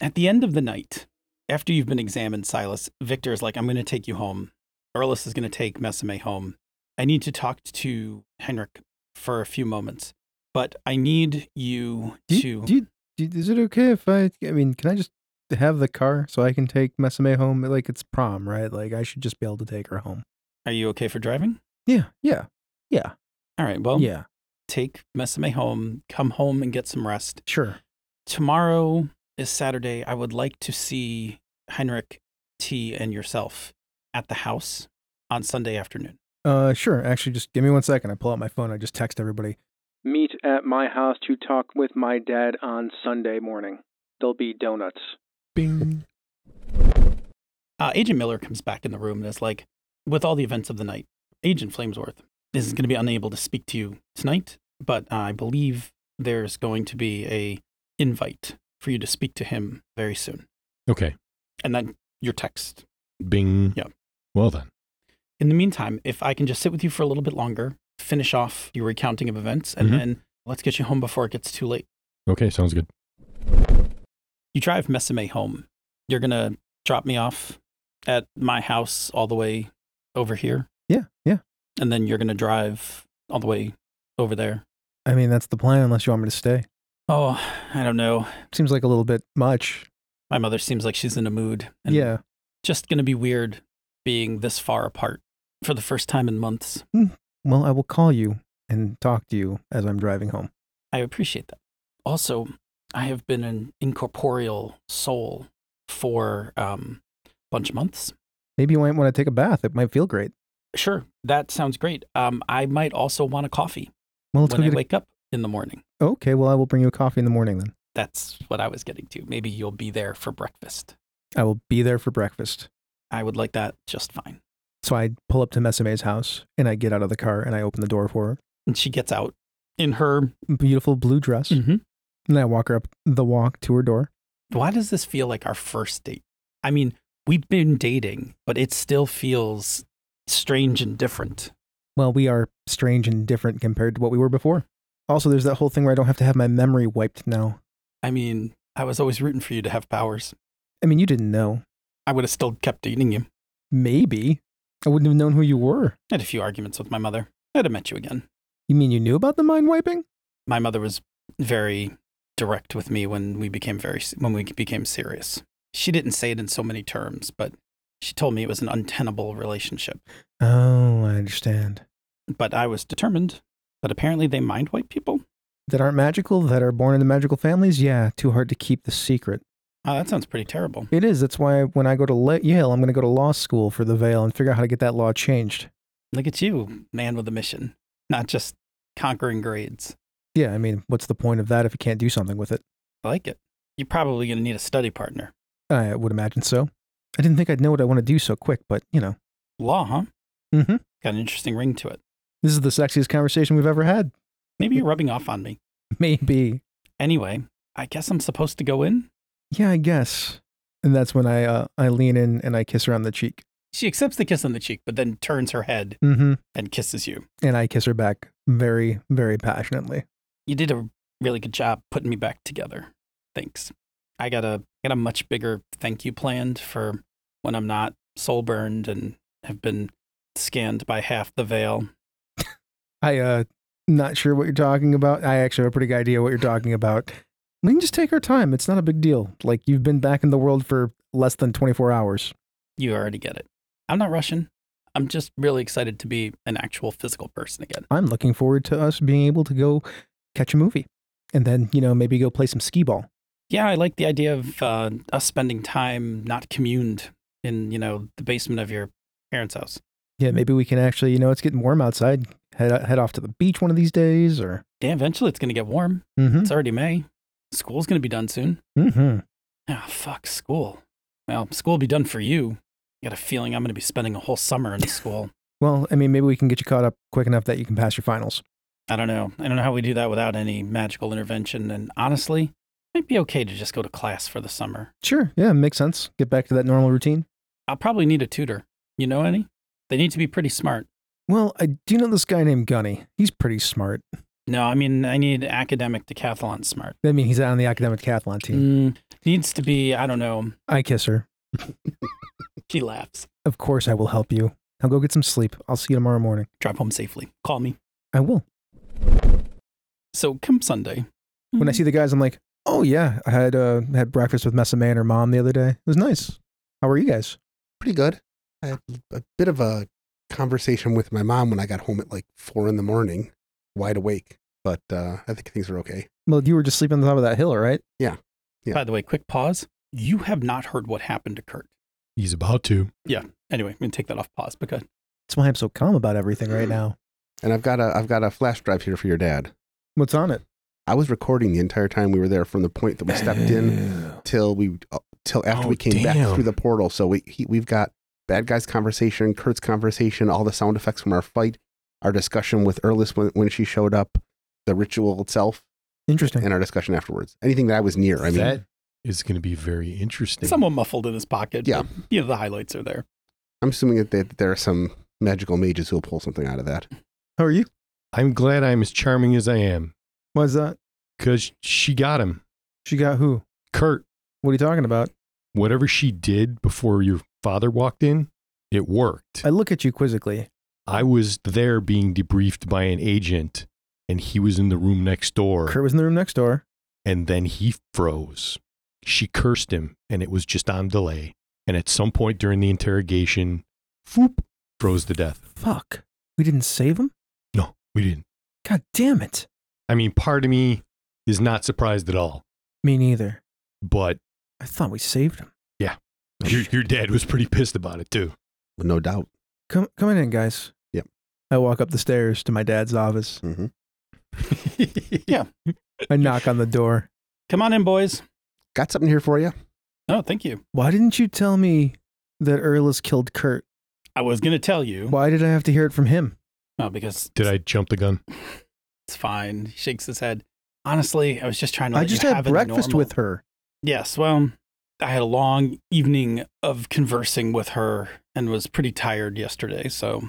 [SPEAKER 5] At the end of the night, after you've been examined, Silas, Victor is like, I'm going to take you home. Erlis is going to take Mesame home. I need to talk to Henrik for a few moments, but I need you
[SPEAKER 3] Do you-
[SPEAKER 5] to.
[SPEAKER 3] do you- do you- is it okay if I? I mean, can I just have the car so I can take Mesame home? Like it's prom, right? Like I should just be able to take her home.
[SPEAKER 5] Are you okay for driving?
[SPEAKER 3] Yeah, yeah, yeah,
[SPEAKER 5] All right. Well,
[SPEAKER 3] yeah.
[SPEAKER 5] take Mesame home, come home and get some rest.
[SPEAKER 3] Sure.
[SPEAKER 5] tomorrow is Saturday. I would like to see Heinrich T and yourself at the house on Sunday afternoon.
[SPEAKER 3] Uh, sure. Actually, just give me one second. I pull out my phone. I just text everybody. Meet at my house to talk with my dad on Sunday morning. There'll be donuts.
[SPEAKER 4] Bing.
[SPEAKER 5] Uh, Agent Miller comes back in the room and is like, with all the events of the night, Agent Flamesworth is going to be unable to speak to you tonight, but uh, I believe there's going to be a invite for you to speak to him very soon.
[SPEAKER 4] Okay.
[SPEAKER 5] And then your text
[SPEAKER 4] Bing.
[SPEAKER 5] Yeah.
[SPEAKER 4] Well then.
[SPEAKER 5] In the meantime, if I can just sit with you for a little bit longer, finish off your recounting of events, and
[SPEAKER 4] Mhm.
[SPEAKER 5] then let's get you home before it gets too late.
[SPEAKER 4] Okay, sounds good.
[SPEAKER 5] You drive Mesame home. You're going to drop me off at my house all the way over here.
[SPEAKER 3] Yeah, yeah.
[SPEAKER 5] And then you're going to drive all the way over there.
[SPEAKER 3] I mean, that's the plan, unless you want me to stay.
[SPEAKER 5] Oh, I don't know.
[SPEAKER 3] Seems like a little bit much.
[SPEAKER 5] My mother seems like she's in a mood.
[SPEAKER 3] yeah.
[SPEAKER 5] Just going to be weird being this far apart for the first time in months.
[SPEAKER 3] Well, I will call you and talk to you as I'm driving home.
[SPEAKER 5] I appreciate that. Also, I have been an incorporeal soul for um, a bunch of months.
[SPEAKER 3] Maybe you might want to take a bath. It might feel great.
[SPEAKER 5] Sure, that sounds great. Um, I might also want a coffee
[SPEAKER 3] Well, let's
[SPEAKER 5] when
[SPEAKER 3] go
[SPEAKER 5] I
[SPEAKER 3] get a-
[SPEAKER 5] wake up in the morning.
[SPEAKER 3] Okay, well, I will bring you a coffee in the morning then.
[SPEAKER 5] That's what I was getting to. Maybe you'll be there for breakfast.
[SPEAKER 3] I will be there for breakfast.
[SPEAKER 5] I would like that just fine.
[SPEAKER 3] So I pull up to Mesame's house and I get out of the car and I open the door for
[SPEAKER 5] And she gets out in her.
[SPEAKER 3] her. Beautiful blue dress. And I walk her up the walk to her door.
[SPEAKER 5] Why does this feel like our first date? I mean, we've been dating, but it still feels strange and different.
[SPEAKER 3] Well, we are strange and different compared to what we were before. Also, there's that whole thing where I don't have to have my memory wiped now.
[SPEAKER 5] I mean, I was always rooting for you to have powers.
[SPEAKER 3] I mean, you didn't know.
[SPEAKER 5] I would have still kept dating you.
[SPEAKER 3] Maybe. I wouldn't have known who you were.
[SPEAKER 5] I had a few arguments with my mother. I'd have met you again.
[SPEAKER 3] You mean you knew about the mind wiping?
[SPEAKER 5] My mother was very direct with me when we became very when we became serious. She didn't say it in so many terms, but she told me it was an untenable relationship.
[SPEAKER 3] Oh, I understand.
[SPEAKER 5] But I was determined. But apparently, they mind white people.
[SPEAKER 3] That aren't magical, that are born into magical families? Yeah, too hard to keep the secret.
[SPEAKER 5] Wow, Ah, that sounds pretty terrible.
[SPEAKER 3] It is. That's why when I go to Le- Yale, I'm going to go to law school for the veil and figure out how to get that law changed.
[SPEAKER 5] Look at you, man with a mission, not just conquering grades.
[SPEAKER 3] Yeah, I mean, what's the point of that if you can't do something with it?
[SPEAKER 5] I like it. You're probably going to need a study partner.
[SPEAKER 3] I would imagine so. I didn't think I'd know what I want to do so quick, but you know.
[SPEAKER 5] Law, huh?
[SPEAKER 3] Mm-hmm.
[SPEAKER 5] Got an interesting ring to it.
[SPEAKER 3] This is the sexiest conversation we've ever had. (laughs)
[SPEAKER 5] Maybe you're rubbing off on me.
[SPEAKER 3] Maybe.
[SPEAKER 5] Anyway, I guess I'm supposed to go in.
[SPEAKER 3] Yeah, I guess. And that's when I uh, I lean in and I kiss her on the cheek.
[SPEAKER 5] She accepts the kiss on the cheek, but then turns her head
[SPEAKER 3] Mm-hmm.
[SPEAKER 5] and kisses you.
[SPEAKER 3] And I kiss her back very, very passionately.
[SPEAKER 5] You did a really good job putting me back together. Thanks. I got a got a much bigger thank you planned for when I'm not soul burned and have been scanned by half the veil.
[SPEAKER 3] I uh not sure what you're talking about. I actually have a pretty good idea what you're talking about. We can just take our time. It's not a big deal. Like you've been back in the world for less than 24 hours.
[SPEAKER 5] You already get it. I'm not rushing. I'm just really excited to be an actual physical person again.
[SPEAKER 3] I'm looking forward to us being able to go catch a movie and then, you know, maybe go play some skee ball.
[SPEAKER 5] Yeah, I like the idea of uh, us spending time not communed in you know the basement of your parents' house.
[SPEAKER 3] Yeah, maybe we can actually, you know, it's getting warm outside. Head uh, head off to the beach one of these days or
[SPEAKER 5] Yeah, eventually it's gonna get warm.
[SPEAKER 3] Mhm.
[SPEAKER 5] It's already May. School's gonna be done soon.
[SPEAKER 3] Mhm.
[SPEAKER 5] Ah, fuck school. Well, school will be done for you. I got a feeling I'm going to be spending a whole summer in school.
[SPEAKER 3] Well, I mean, maybe we can get you caught up quick enough that you can pass your finals.
[SPEAKER 5] I don't know. I don't know how we do that without any magical intervention. And honestly, it might be okay to just go to class for the summer.
[SPEAKER 3] Sure. Yeah, makes sense. Get back to that normal routine.
[SPEAKER 5] I'll probably need a tutor. You know any? They need to be pretty smart.
[SPEAKER 3] Well, I do know this guy named Gunny. He's pretty smart.
[SPEAKER 5] No, I mean, I need academic decathlon smart.
[SPEAKER 3] I mean, he's on the academic cathlon team.
[SPEAKER 5] Mm, needs to be, I don't know.
[SPEAKER 3] I kiss her.
[SPEAKER 5] She laughs.
[SPEAKER 3] Of course, I will help you. Now go get some sleep. I'll see you tomorrow morning.
[SPEAKER 5] Drive home safely. Call me.
[SPEAKER 3] I will.
[SPEAKER 5] So come Sunday. Hmm.
[SPEAKER 3] When
[SPEAKER 5] Mm-hmm.
[SPEAKER 3] I see the guys, I'm like, oh yeah, I had uh, had breakfast with Messa May and her mom the other day. It was nice. How are you guys?
[SPEAKER 6] Pretty good. I had a bit of a conversation with my mom when I got home at like four in the morning, wide awake. But uh, I think things are okay.
[SPEAKER 3] Well, you were just sleeping on top of that hill, right?
[SPEAKER 6] Yeah.
[SPEAKER 5] By the way, quick pause. You have not heard what happened to Kurt.
[SPEAKER 4] He's about to.
[SPEAKER 5] Anyway, I'm going to take that off pause because
[SPEAKER 3] That's why I'm so calm about everything right now.
[SPEAKER 6] And I've got a I've got a flash drive here for your dad.
[SPEAKER 3] What's on it?
[SPEAKER 6] I was recording the entire time we were there, from the point that we stepped
[SPEAKER 4] (laughs)
[SPEAKER 6] in till we uh, till after
[SPEAKER 4] Oh,
[SPEAKER 6] we came back
[SPEAKER 4] damn.
[SPEAKER 6] through the portal. So we he, we've got bad guys conversation, Kurt's conversation, all the sound effects from our fight, our discussion with Erlis when, when she showed up, the ritual itself,
[SPEAKER 3] Interesting.
[SPEAKER 6] and our discussion afterwards. Anything that I was near. I mean,
[SPEAKER 4] that is going to be very interesting.
[SPEAKER 5] somewhat muffled in his pocket.
[SPEAKER 6] Yeah.
[SPEAKER 5] but, you know, the highlights are
[SPEAKER 3] (laughs)
[SPEAKER 5] there.
[SPEAKER 6] I'm assuming that there, there are some magical mages who will pull something out of that.
[SPEAKER 3] How are you?
[SPEAKER 4] I'm glad I'm as charming as I am
[SPEAKER 3] Why's that?
[SPEAKER 4] because she got him.
[SPEAKER 3] She got who?
[SPEAKER 4] Kurt,
[SPEAKER 3] What are you talking about?
[SPEAKER 4] whatever she did before your father walked in, it worked.
[SPEAKER 6] Uh,
[SPEAKER 3] I look at you quizzically.
[SPEAKER 4] I was there being debriefed by an agent, and he was in the room next door,
[SPEAKER 3] Kurt was in the room next door.
[SPEAKER 4] and then he froze. She cursed him, and it was just on delay. And at some point during the interrogation, whoop, froze to death.
[SPEAKER 3] Fuck. We didn't save him?
[SPEAKER 4] No, we didn't.
[SPEAKER 3] God damn it.
[SPEAKER 4] I mean, part of me is not surprised at all,
[SPEAKER 3] Me neither. (laughs)
[SPEAKER 4] but
[SPEAKER 3] I thought we saved him.
[SPEAKER 4] your, your dad was pretty pissed about it too.
[SPEAKER 6] No doubt.
[SPEAKER 3] Come come on in, guys.
[SPEAKER 6] Yep.
[SPEAKER 3] I walk up the stairs to my dad's office.
[SPEAKER 6] Mm-hmm.
[SPEAKER 3] I knock on the door.
[SPEAKER 5] Come on in, boys.
[SPEAKER 6] Got something here for you.
[SPEAKER 5] No, thank you.
[SPEAKER 3] Why didn't you tell me that Erlis killed Kurt?
[SPEAKER 5] I was gonna tell you.
[SPEAKER 3] Why did I have to hear it from him?
[SPEAKER 5] No, because
[SPEAKER 4] Did I jump the gun?
[SPEAKER 5] it's fine. He shakes his head. Honestly, I was just trying to.
[SPEAKER 3] I
[SPEAKER 5] let
[SPEAKER 3] just
[SPEAKER 5] you
[SPEAKER 3] had
[SPEAKER 5] have it
[SPEAKER 3] breakfast
[SPEAKER 5] normal.
[SPEAKER 3] with her.
[SPEAKER 5] Yes, well, I had a long evening of conversing with her and was pretty tired yesterday, so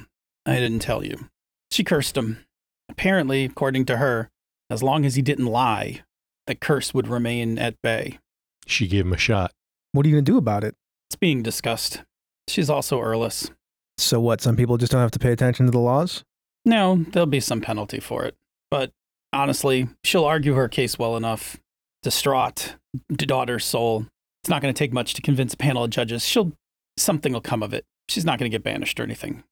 [SPEAKER 5] I didn't tell you. She cursed him. Apparently, according to her, as long as he didn't lie, the curse would remain at bay.
[SPEAKER 4] She gave him a shot.
[SPEAKER 3] What are you going to do about it?
[SPEAKER 5] It's being discussed. She's also Earless.
[SPEAKER 3] So what? Some people just don't have to pay attention to the laws?
[SPEAKER 5] No, there'll be some penalty for it. But honestly, she'll argue her case well enough. Distraught, d- daughter's soul. It's not going to take much to convince a panel of judges. She'll, something will come of it. She's not going to get banished or anything.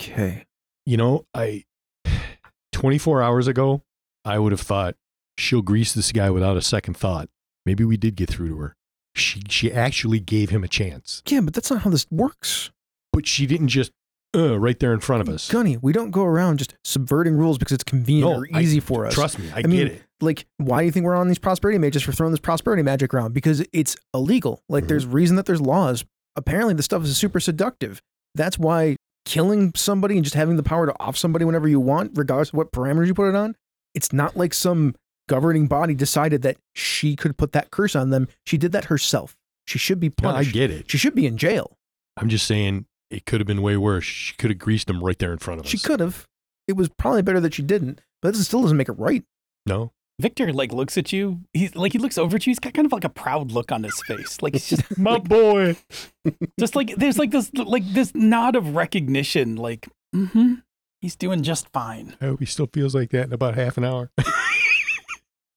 [SPEAKER 3] Okay.
[SPEAKER 4] You know, I 24 hours ago, I would have thought she'll grease this guy without a second thought. Maybe we did get through to her. She she actually gave him a chance,
[SPEAKER 3] Yeah, but that's not how this works.
[SPEAKER 4] but she didn't just uh, right there in front of us.
[SPEAKER 3] Gunny, we don't go around just subverting rules because it's convenient
[SPEAKER 4] No,
[SPEAKER 3] or
[SPEAKER 4] I-
[SPEAKER 3] easy for us.
[SPEAKER 4] Trust me, I,
[SPEAKER 3] I
[SPEAKER 4] get
[SPEAKER 3] mean,
[SPEAKER 4] it.
[SPEAKER 3] like, why do you think we're on these prosperity mages for throwing this prosperity magic around? Because it's illegal. Like,
[SPEAKER 6] Mhm.
[SPEAKER 3] there's
[SPEAKER 4] Mm-hmm.
[SPEAKER 3] reason that there's laws. Apparently, this stuff is super seductive. That's why killing somebody and just having the power to off somebody whenever you want, regardless of what parameters you put it on, it's not like some governing body decided that she could put that curse on them. She did that herself. She should be
[SPEAKER 4] No, I
[SPEAKER 3] punished.
[SPEAKER 4] get it.
[SPEAKER 3] she should be in jail.
[SPEAKER 4] I'm just saying it could have been way worse. She could have greased him right there in front of
[SPEAKER 3] She
[SPEAKER 4] us.
[SPEAKER 3] could have. It was probably better that she didn't, but this still doesn't make it right.
[SPEAKER 4] No,
[SPEAKER 5] Victor, like, looks at you. He's like, he looks over at you. He's got kind of like a proud look on his face. Like, he's
[SPEAKER 4] (laughs)
[SPEAKER 5] just,
[SPEAKER 4] my boy.
[SPEAKER 5] just like, there's like this, like, this nod of recognition. Like, mm hmm. He's doing just fine.
[SPEAKER 4] I hope Uh, he still feels like that in about half an hour.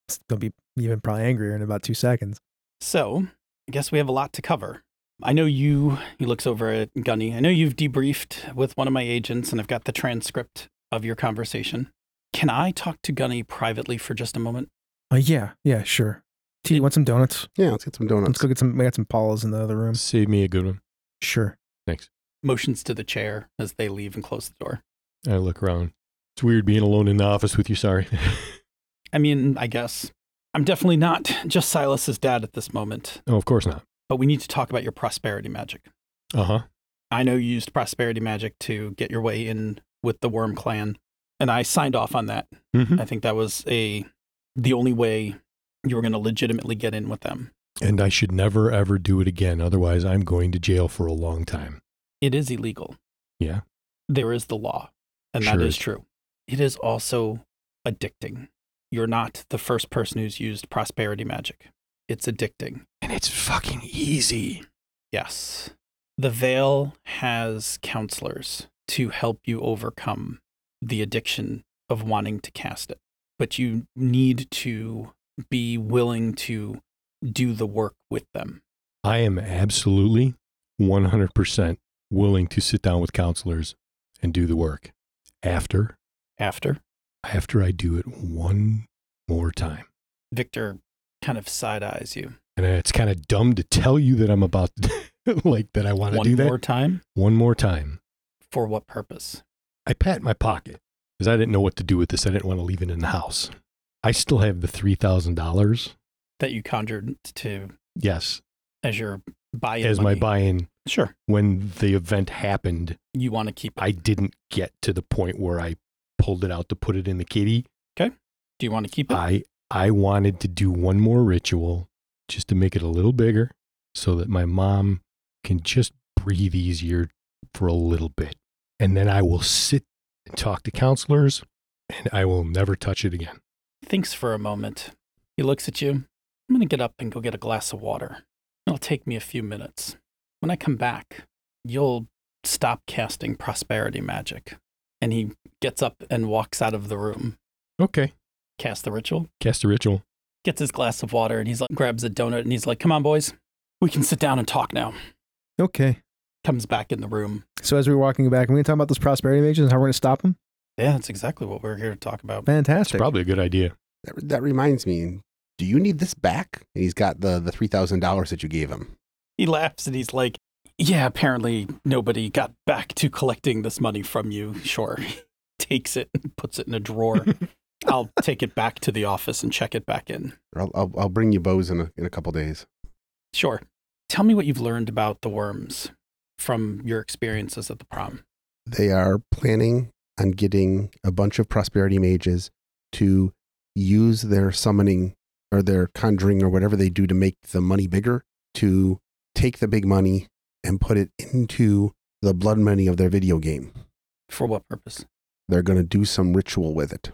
[SPEAKER 3] It's gonna be even probably angrier in about two seconds.
[SPEAKER 5] So, I guess we have a lot to cover. I know you, he looks over at Gunny. I know you've debriefed with one of my agents and I've got the transcript of your conversation. Can I talk to Gunny privately for just a moment?
[SPEAKER 3] Uh, yeah, yeah, sure. T, you want some donuts?
[SPEAKER 6] Yeah, let's get some
[SPEAKER 3] Let's
[SPEAKER 6] donuts.
[SPEAKER 3] go get some. We got some Paula's in the other room.
[SPEAKER 4] Save me a good one.
[SPEAKER 3] Sure.
[SPEAKER 5] Motions to the chair as they leave and close the door.
[SPEAKER 4] I look around. It's weird being alone in the office with you. Sorry. (laughs)
[SPEAKER 5] I mean, I guess. I'm definitely not just Silas's dad at this moment,
[SPEAKER 4] no, of course not.
[SPEAKER 5] but we need to talk about your prosperity magic.
[SPEAKER 4] Uh huh.
[SPEAKER 5] I know you used prosperity magic to get your way in with the Worm Clan, and I signed off on that.
[SPEAKER 4] Mm-hmm.
[SPEAKER 5] I think that was a the only way you were going to legitimately get in with them.
[SPEAKER 4] And I should never ever do it again. Otherwise, I'm going to jail for a long time.
[SPEAKER 5] It is illegal.
[SPEAKER 4] Yeah.
[SPEAKER 5] There is the law, and
[SPEAKER 4] Sure
[SPEAKER 5] that is
[SPEAKER 4] is.
[SPEAKER 5] true. It is also addicting. You're not the first person who's used prosperity magic. It's addicting.
[SPEAKER 4] And it's fucking easy.
[SPEAKER 5] Yes. The Veil has counselors to help you overcome the addiction of wanting to cast it. But you need to be willing to do the work with them.
[SPEAKER 4] I am absolutely 100% willing to sit down with counselors and do the work after
[SPEAKER 5] after.
[SPEAKER 4] after I do it one more time.
[SPEAKER 5] Victor kind of side eyes you.
[SPEAKER 4] And it's kind of dumb to tell you that I'm about like that I want to (laughs)
[SPEAKER 5] One
[SPEAKER 4] do that
[SPEAKER 5] more time.
[SPEAKER 4] one more time.
[SPEAKER 5] For what purpose?
[SPEAKER 4] I pat my pocket because I didn't know what to do with this. I didn't want to leave it in the house. I still have the three thousand dollars.
[SPEAKER 5] That you conjured to
[SPEAKER 4] Yes,
[SPEAKER 5] as your buy
[SPEAKER 4] as my buy-in
[SPEAKER 5] Sure.
[SPEAKER 4] when the event happened,
[SPEAKER 5] You want to keep it.
[SPEAKER 4] I didn't get to the point where I pulled it out to put it in the kitty.
[SPEAKER 5] Do you want to keep it?
[SPEAKER 4] I I wanted to do one more ritual just to make it a little bigger, so that my mom can just breathe easier for a little bit, and then I will sit and talk to counselors, and I will never touch it again.
[SPEAKER 5] thinks for a moment. He looks at you. I'm going to get up and go get a glass of water. It'll take me a few minutes. When I come back, you'll stop casting prosperity magic. And he gets up and walks out of the room,
[SPEAKER 4] Okay.
[SPEAKER 5] casts the ritual,
[SPEAKER 4] Cast a ritual.
[SPEAKER 5] gets his glass of water, and he's like, grabs a donut and he's like, come on, boys, we can sit down and talk now.
[SPEAKER 3] Okay.
[SPEAKER 5] Comes back in the room.
[SPEAKER 3] So as we were walking back, we going to talk about those prosperity mages and how we're going to stop them?
[SPEAKER 5] Yeah, that's exactly what we're here to talk about.
[SPEAKER 4] It's
[SPEAKER 3] Fantastic.
[SPEAKER 4] probably a good idea.
[SPEAKER 6] That, that reminds me. Do you need this back? And he's got the the three thousand dollars that you gave him.
[SPEAKER 5] He laughs and he's like, Yeah, apparently nobody got back to collecting this money from you. Sure. (laughs) Takes it and puts it in a drawer. I'll take it back to the office and check it back in.
[SPEAKER 6] Or I'll, I'll, I'll bring you bows in a, in a couple days.
[SPEAKER 5] Sure. Tell me what you've learned about the worms from your experiences at the prom.
[SPEAKER 6] They are planning on getting a bunch of prosperity mages to use their summoning or their conjuring or whatever they do to make the money bigger to take the big money and put it into the blood money of their video game.
[SPEAKER 5] For what purpose?
[SPEAKER 6] They're going to do some ritual with it.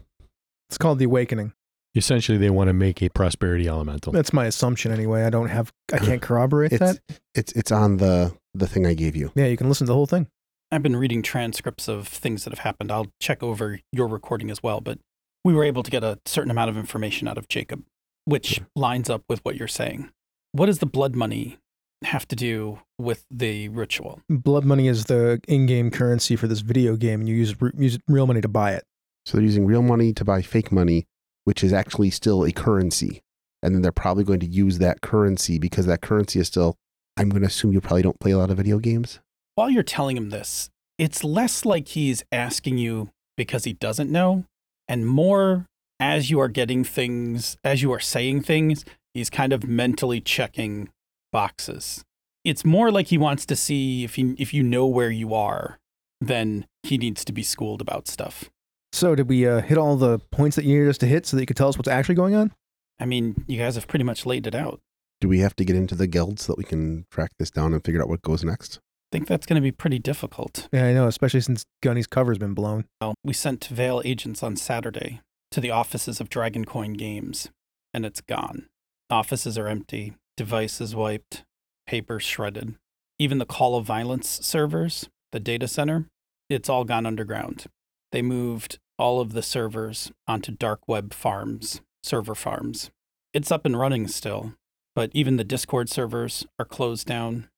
[SPEAKER 3] It's called the awakening.
[SPEAKER 4] Essentially, they want to make a prosperity elemental.
[SPEAKER 3] That's my assumption anyway. I don't have, (sighs) I can't corroborate
[SPEAKER 6] It's
[SPEAKER 3] that.
[SPEAKER 6] it's it's on the the thing I gave you.
[SPEAKER 3] Yeah, you can listen to the whole thing.
[SPEAKER 5] I've been reading transcripts of things that have happened. I'll check over your recording as well, but we were able to get a certain amount of information out of Jacob, which lines up with what you're saying. What does the blood money have to do with the ritual?
[SPEAKER 3] Blood money is the in-game currency for this video game, and you use, re- use real money to buy it.
[SPEAKER 6] So they're using real money to buy fake money, which is actually still a currency. And then they're probably going to use that currency because that currency is still. I'm going to assume you probably don't play a lot of video games.
[SPEAKER 5] While you're telling him this, it's less like he's asking you because he doesn't know, and more as you are getting things, as you are saying things, he's kind of mentally checking boxes. It's more like he wants to see if you if you know where you are, then he needs to be schooled about stuff.
[SPEAKER 3] So did we uh, hit all the points that you needed us to hit so that you could tell us what's actually going on?
[SPEAKER 5] I mean, you guys have pretty much laid it out.
[SPEAKER 6] Do we have to get into the guild so that we can track this down and figure out what goes next?
[SPEAKER 5] I think that's going to be pretty difficult.
[SPEAKER 3] Yeah, I know, especially since Gunny's cover's been blown.
[SPEAKER 5] Well, we sent Veil agents on Saturday to the offices of Dragon Coin Games, and it's gone. Offices are empty, devices wiped, paper shredded. Even the Call of Violence servers, the data center, it's all gone underground. They moved all of the servers onto dark web farms, server farms. It's up and running still, but even the Discord servers are closed down,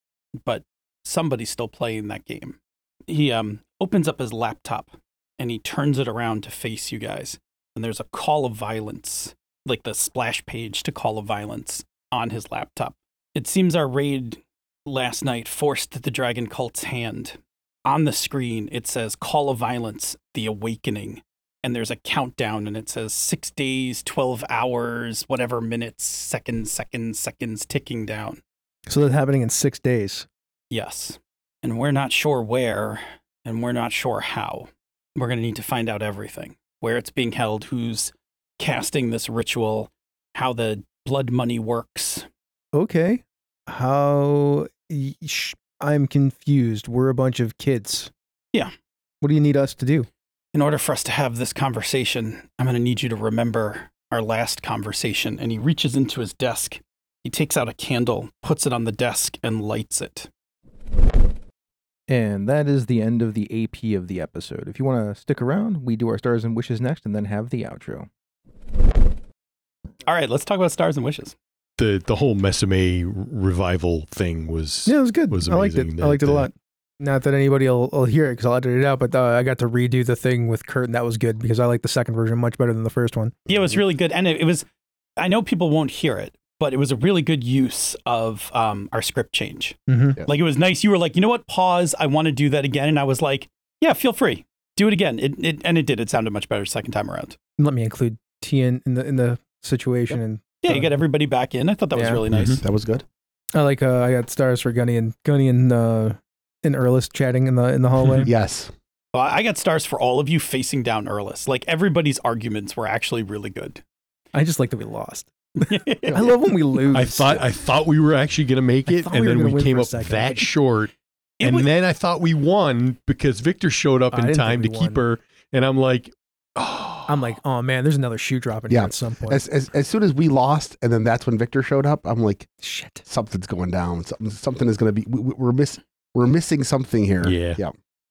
[SPEAKER 5] but somebody's still playing that game. He um, opens up his laptop and he turns it around to face you guys. And there's a call of violence, like the splash page to call of violence on his laptop. It seems our raid last night forced the dragon cult's hand. On the screen, it says call of violence, the awakening. And there's a countdown and it says six days, 12 hours, whatever minutes, seconds, seconds, seconds ticking down.
[SPEAKER 3] So that's happening in six days.
[SPEAKER 5] Yes. And we're not sure where, and we're not sure how. We're going to need to find out everything where it's being held, who's casting this ritual, how the blood money works.
[SPEAKER 3] Okay. How? y- sh- I'm confused. We're a bunch of kids.
[SPEAKER 5] Yeah.
[SPEAKER 3] What do you need us to do?
[SPEAKER 5] In order for us to have this conversation, I'm going to need you to remember our last conversation. And he reaches into his desk. He takes out a candle, puts it on the desk, and lights it.
[SPEAKER 2] And that is the end of the AP of the episode. If you want to stick around, we do our stars and wishes next and then have the outro.
[SPEAKER 5] All right, let's talk about stars and wishes.
[SPEAKER 4] The the whole Mesame revival thing was
[SPEAKER 3] Yeah, it was good.
[SPEAKER 4] was
[SPEAKER 3] I liked it.
[SPEAKER 4] amazing
[SPEAKER 3] I liked it a
[SPEAKER 4] that, uh,
[SPEAKER 3] lot. Not that anybody will, will hear it because I'll edit it out, but uh, I got to redo the thing with Kurt, and that was good because I like the second version much better than the first one.
[SPEAKER 5] Yeah, it was really good, and it, it was. I know people won't hear it, but it was a really good use of um, our script change.
[SPEAKER 3] Mm-hmm.
[SPEAKER 6] Yeah.
[SPEAKER 5] Like it was nice. You were like, you know what? Pause. I want to do that again, and I was like, yeah, feel free, do it again. It, it and it did. It sounded much better second time around.
[SPEAKER 3] Let me include Tian in the in the situation, and
[SPEAKER 5] Yeah, you got everybody back in. I thought that was
[SPEAKER 3] Yeah. Mm-hmm.
[SPEAKER 5] really nice.
[SPEAKER 6] That was good.
[SPEAKER 3] I like uh, I got stars for Gunny and Gunny and uh, and Earlis chatting in the in
[SPEAKER 4] (laughs)
[SPEAKER 3] the hallway.
[SPEAKER 6] Yes.
[SPEAKER 5] Well, I got stars for all of you facing down Erlis. Like everybody's arguments were actually really good.
[SPEAKER 3] I just like that we lost.
[SPEAKER 5] (laughs)
[SPEAKER 3] I love when we lose.
[SPEAKER 4] I thought I thought we were actually going to make
[SPEAKER 3] I
[SPEAKER 4] it,
[SPEAKER 3] thought
[SPEAKER 4] and
[SPEAKER 3] we were
[SPEAKER 4] then
[SPEAKER 3] gonna
[SPEAKER 4] we
[SPEAKER 3] win
[SPEAKER 4] came
[SPEAKER 3] for a
[SPEAKER 4] up
[SPEAKER 3] second.
[SPEAKER 4] that short.
[SPEAKER 5] It
[SPEAKER 4] and
[SPEAKER 5] was-
[SPEAKER 4] then I thought we won because Victor showed up
[SPEAKER 3] I
[SPEAKER 4] in
[SPEAKER 3] didn't
[SPEAKER 4] time to
[SPEAKER 3] think we
[SPEAKER 4] keep
[SPEAKER 3] won.
[SPEAKER 4] her, and I'm like, oh,
[SPEAKER 3] I'm like, oh man, there's another shoe dropping
[SPEAKER 6] Yeah.
[SPEAKER 3] here at some point.
[SPEAKER 6] As, as, as soon as we lost, and then that's when Victor showed up, I'm like,
[SPEAKER 3] Shit.
[SPEAKER 6] something's going down. Something, something is going to be, we, we- we're, miss, we're missing something here.
[SPEAKER 4] Yeah.
[SPEAKER 6] Yeah.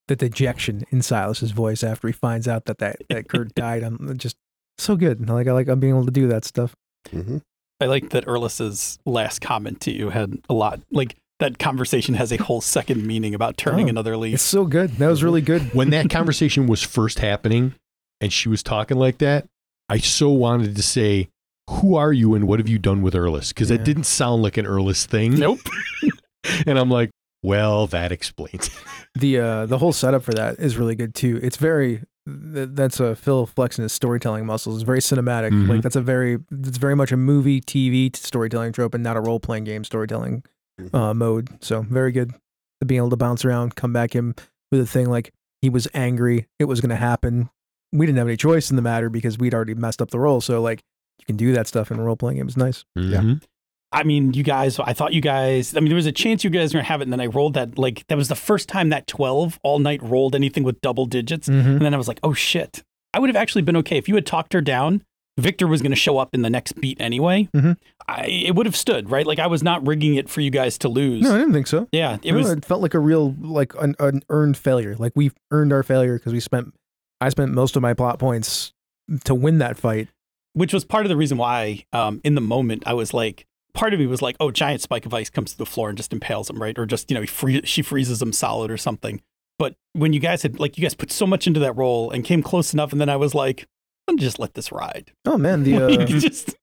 [SPEAKER 3] The dejection in Silas's voice after he finds out that that, that Kurt died. I'm just so good. Like I like I'm being able to do that stuff.
[SPEAKER 6] Mhm.
[SPEAKER 5] I like that Erlis's last comment to you had a lot like that conversation has a whole second meaning about turning
[SPEAKER 3] Oh,
[SPEAKER 5] another leaf.
[SPEAKER 3] It's so good. That was really good.
[SPEAKER 4] when that conversation was first happening and she was talking like that, I so wanted to say, Who are you and what have you done with Erlis? Because
[SPEAKER 3] Yeah.
[SPEAKER 4] that didn't sound like an Erlis thing.
[SPEAKER 5] Nope.
[SPEAKER 4] (laughs) and I'm like, Well, that explains. it."
[SPEAKER 3] the uh the whole setup for that is really good too it's very th- that's a phil flexing his storytelling muscles it's very cinematic
[SPEAKER 4] Mhm.
[SPEAKER 3] like that's a very it's very much a movie tv t- storytelling trope and not a role-playing game storytelling uh mode so very good The being able to bounce around come back him with a thing like he was angry it was going to happen we didn't have any choice in the matter because we'd already messed up the role so like you can do that stuff in a role-playing game it's nice
[SPEAKER 6] Yeah.
[SPEAKER 4] Mhm.
[SPEAKER 5] I mean, you guys, I thought you guys, I mean, there was a chance you guys were going to have it. And then I rolled that, like, that was the first time that 12 all night rolled anything with double digits.
[SPEAKER 3] mm-hmm.
[SPEAKER 5] And then I was like, oh shit. I would have actually been okay. If you had talked her down, Victor was going to show up in the next beat anyway.
[SPEAKER 3] Mhm.
[SPEAKER 5] I, it would have stood, right? Like, I was not rigging it for you guys to lose.
[SPEAKER 3] no i didn't think so
[SPEAKER 5] yeah. It
[SPEAKER 3] No,
[SPEAKER 5] was,
[SPEAKER 3] it felt like a real like an, an earned failure like we earned our failure because we spent i spent most of my plot points to win that fight
[SPEAKER 5] which was part of the reason why um, in the moment I was like, part of me was like, oh, giant spike of ice comes to the floor and just impales him, right? Or just, you know, he free- she freezes him solid or something. But when you guys had, like, you guys put so much into that role and came close enough, and then I was like, I'll just let this ride. (laughs)
[SPEAKER 3] oh man the
[SPEAKER 5] Like,
[SPEAKER 3] (laughs) uh,
[SPEAKER 5] just,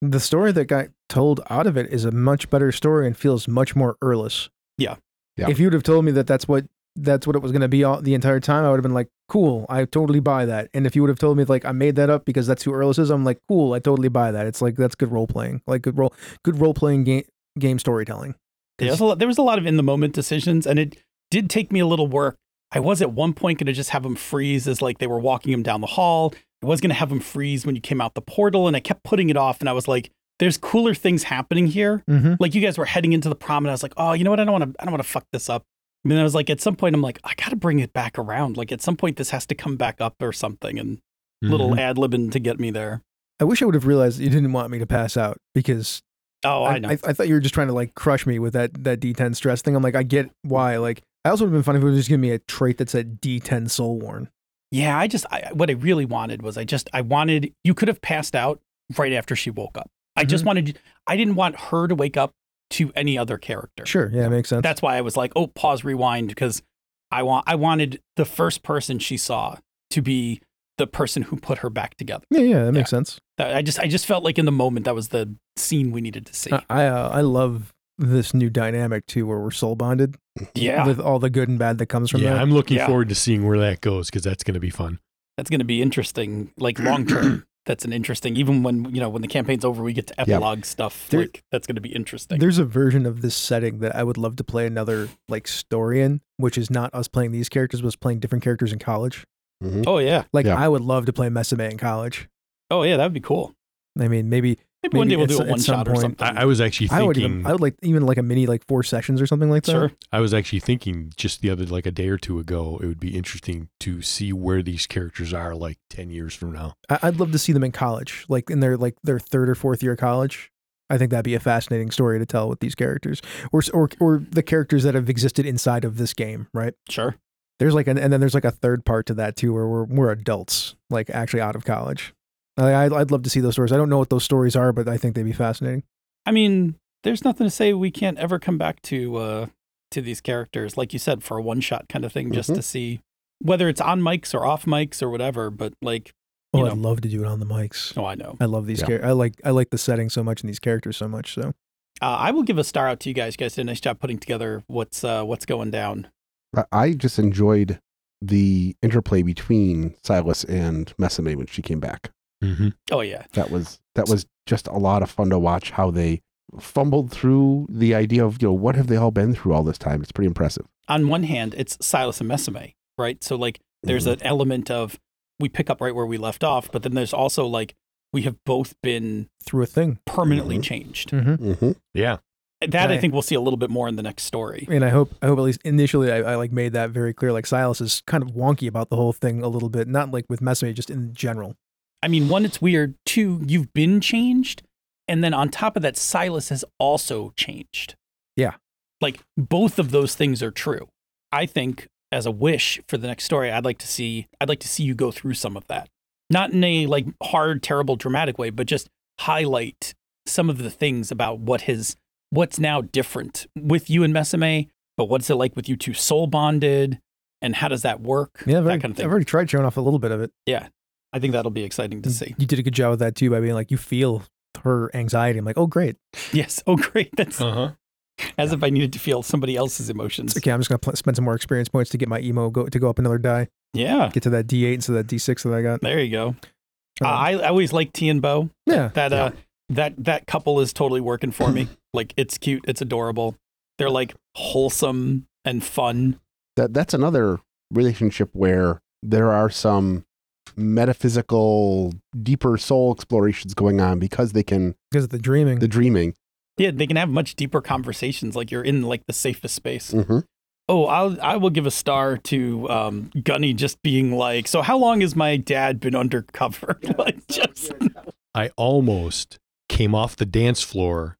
[SPEAKER 3] the story that got told out of it is a much better story and feels much more earless
[SPEAKER 5] Yeah.
[SPEAKER 6] Yeah.
[SPEAKER 3] if you'd have told me that that's what that's what it was going to be all the entire time i would have been like cool i totally buy that and if you would have told me like i made that up because that's who earless is i'm like cool i totally buy that it's like that's good role playing like good role good role playing game game storytelling
[SPEAKER 5] there, was a lot, there was a lot of in the moment decisions, and it did take me a little work. I was at one point going to just have him freeze as, like, they were walking him down the hall. I was going to have him freeze when you came out the portal, and I kept putting it off, and I was like, there's cooler things happening here.
[SPEAKER 3] mm-hmm.
[SPEAKER 5] like you guys were heading into the prom and I was like, oh, you know what? I don't want to, I don't want to fuck this up. And then I was like, at some point, I'm like, I got to bring it back around. Like at some point, this has to come back up or something. And little
[SPEAKER 4] Mhm.
[SPEAKER 5] ad libbing to get me there.
[SPEAKER 3] I wish I would have realized you didn't want me to pass out because
[SPEAKER 5] Oh, I,
[SPEAKER 3] I,
[SPEAKER 5] know.
[SPEAKER 3] I, I thought you were just trying to like crush me with that that D10 stress thing. I'm like, I get why. Like, I also would have been funny if it was just giving me a trait that said D10 soul worn.
[SPEAKER 5] yeah, I just, I, what I really wanted was I just, I wanted, you could have passed out right after she woke up. I just wanted, I didn't want her to wake up to any other character.
[SPEAKER 3] Sure, yeah, it makes sense.
[SPEAKER 5] That's why I was like, oh, pause, rewind, because I want, I wanted the first person she saw to be the person who put her back together.
[SPEAKER 3] yeah, yeah, that makes sense.
[SPEAKER 5] That- I just I just felt like in the moment that was the scene we needed to see.
[SPEAKER 3] I I, uh, I love this new dynamic too, where we're soul bonded with all the good and bad that comes from
[SPEAKER 4] Yeah,
[SPEAKER 3] that.
[SPEAKER 4] I'm looking
[SPEAKER 5] Yeah.
[SPEAKER 4] forward to seeing where that goes because that's going to be fun.
[SPEAKER 5] that's going to be interesting. Like long
[SPEAKER 3] (clears throat)
[SPEAKER 5] term, that's an interesting. Even when you know when the campaign's over, we get to epilogue stuff.
[SPEAKER 3] There-
[SPEAKER 5] like that's going to be interesting.
[SPEAKER 3] There's a version of this setting that I would love to play another like story in, which is not us playing these characters, but us playing different characters in college.
[SPEAKER 5] oh yeah,
[SPEAKER 3] Like,
[SPEAKER 6] Yeah.
[SPEAKER 3] I would love to play Mesame in college.
[SPEAKER 5] oh yeah, that would be cool.
[SPEAKER 3] I mean, maybe
[SPEAKER 5] Maybe, one day
[SPEAKER 3] Maybe
[SPEAKER 5] we'll do
[SPEAKER 3] at
[SPEAKER 5] a
[SPEAKER 3] s- at
[SPEAKER 5] one shot
[SPEAKER 3] some
[SPEAKER 5] or
[SPEAKER 3] point-
[SPEAKER 5] something.
[SPEAKER 4] I, I was actually
[SPEAKER 3] I
[SPEAKER 4] thinking.
[SPEAKER 3] would even I would like even like a mini like four sessions or something like that.
[SPEAKER 5] sure.
[SPEAKER 4] I was actually thinking just the other, like a day or two ago, it would be interesting to see where these characters are like 10 years from now.
[SPEAKER 3] I- I'd love to see them in college, like in their like their third or fourth year of college. I think that'd be a fascinating story to tell with these characters, or s- or or the characters that have existed inside of this game, right?
[SPEAKER 5] Sure.
[SPEAKER 3] There's like an, and then there's like a third part to that too, where we're we're adults, like actually out of college. I, I'd, I'd love to see those stories. I don't know what those stories are, but I think they'd be fascinating.
[SPEAKER 5] I mean, there's nothing to say we can't ever come back to uh to these characters, like you said, for a one shot kind of thing, just
[SPEAKER 6] Mhm.
[SPEAKER 3] Mm-hmm.
[SPEAKER 5] to see whether it's on mics or off mics or whatever. But like,
[SPEAKER 3] Oh,
[SPEAKER 5] You
[SPEAKER 3] I'd
[SPEAKER 5] know.
[SPEAKER 3] love to do it on the mics.
[SPEAKER 5] oh, I know.
[SPEAKER 3] I love these.
[SPEAKER 6] Yeah.
[SPEAKER 3] Char- I like I like the setting so much and these characters so much. So
[SPEAKER 5] Uh, I will give a star out to you guys. You guys did a nice job putting together what's uh, what's going down.
[SPEAKER 6] I- I just enjoyed the interplay between Silas and Mesame when she came back.
[SPEAKER 4] Mm-hmm.
[SPEAKER 5] Oh yeah,
[SPEAKER 6] That was that was just a lot of fun to watch how they fumbled through the idea of you know what have they all been through all this time. It's pretty impressive.
[SPEAKER 5] on one hand, it's Silas and Mesame, right? So like, there's
[SPEAKER 3] Mm-hmm.
[SPEAKER 5] an element of we pick up right where we left off, but then there's also like we have both been
[SPEAKER 3] through a thing,
[SPEAKER 5] permanently
[SPEAKER 6] Mhm.
[SPEAKER 5] changed.
[SPEAKER 3] mm-hmm.
[SPEAKER 6] Mm-hmm.
[SPEAKER 4] Yeah.
[SPEAKER 5] That I
[SPEAKER 3] Right.
[SPEAKER 5] think we'll see a little bit more in the next story.
[SPEAKER 3] and I hope I hope at least initially I, I like made that very clear. Like Silas is kind of wonky about the whole thing a little bit, not like with Mesame, just in general.
[SPEAKER 5] I mean, one, it's weird. Two, you've been changed. And then on top of that, Silas has also changed.
[SPEAKER 3] Yeah.
[SPEAKER 5] Like both of those things are true. I think as a wish for the next story, I'd like to see I'd like to see you go through some of that. Not in a like hard, terrible, dramatic way, but just highlight some of the things about what his what's now different with you and Mesame, but what's it like with you two soul bonded and how does that work?
[SPEAKER 3] Yeah, I've already,
[SPEAKER 5] that kind of thing.
[SPEAKER 3] I've already tried showing off a little bit of it.
[SPEAKER 5] I think that'll be exciting to
[SPEAKER 3] You-
[SPEAKER 5] see.
[SPEAKER 3] You did a good job with that too by being like, you feel her anxiety. I'm like, oh, great.
[SPEAKER 5] Yes. Oh, great. That's
[SPEAKER 4] Uh-huh.
[SPEAKER 5] as if I needed to feel somebody else's emotions.
[SPEAKER 3] It's okay. I'm just going to pl- spend some more experience points to get my emo go- to go up another die,
[SPEAKER 5] Yeah.
[SPEAKER 3] get to that D8 instead of that D6 that I got.
[SPEAKER 5] There you go. Uh,
[SPEAKER 3] Um,
[SPEAKER 5] I, I always like T and Bo.
[SPEAKER 3] yeah.
[SPEAKER 5] That uh, that that couple is totally working for
[SPEAKER 3] (laughs)
[SPEAKER 5] me. like it's cute. It's adorable. They're like wholesome and fun.
[SPEAKER 6] that that's another relationship where there are some metaphysical deeper soul explorations going on because they can
[SPEAKER 3] Because of the dreaming.
[SPEAKER 6] the dreaming
[SPEAKER 5] Yeah, they can have much deeper conversations. Like you're in like the safest space.
[SPEAKER 3] Mm-hmm.
[SPEAKER 6] Mhm.
[SPEAKER 5] Oh, I'll I will give a star to um, Gunny just being like, so how long has my dad been undercover? (laughs) like just
[SPEAKER 4] I almost came off the dance floor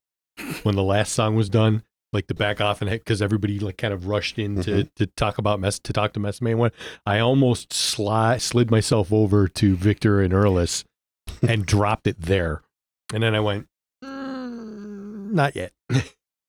[SPEAKER 4] when the last song was done, like to back off and because everybody like kind of rushed in
[SPEAKER 5] Mm-hmm.
[SPEAKER 4] to, to talk about mess to talk to Messmay and what I almost sli- slid myself over to Victor and Earlis and dropped it there. And then I went, "Mm, not yet.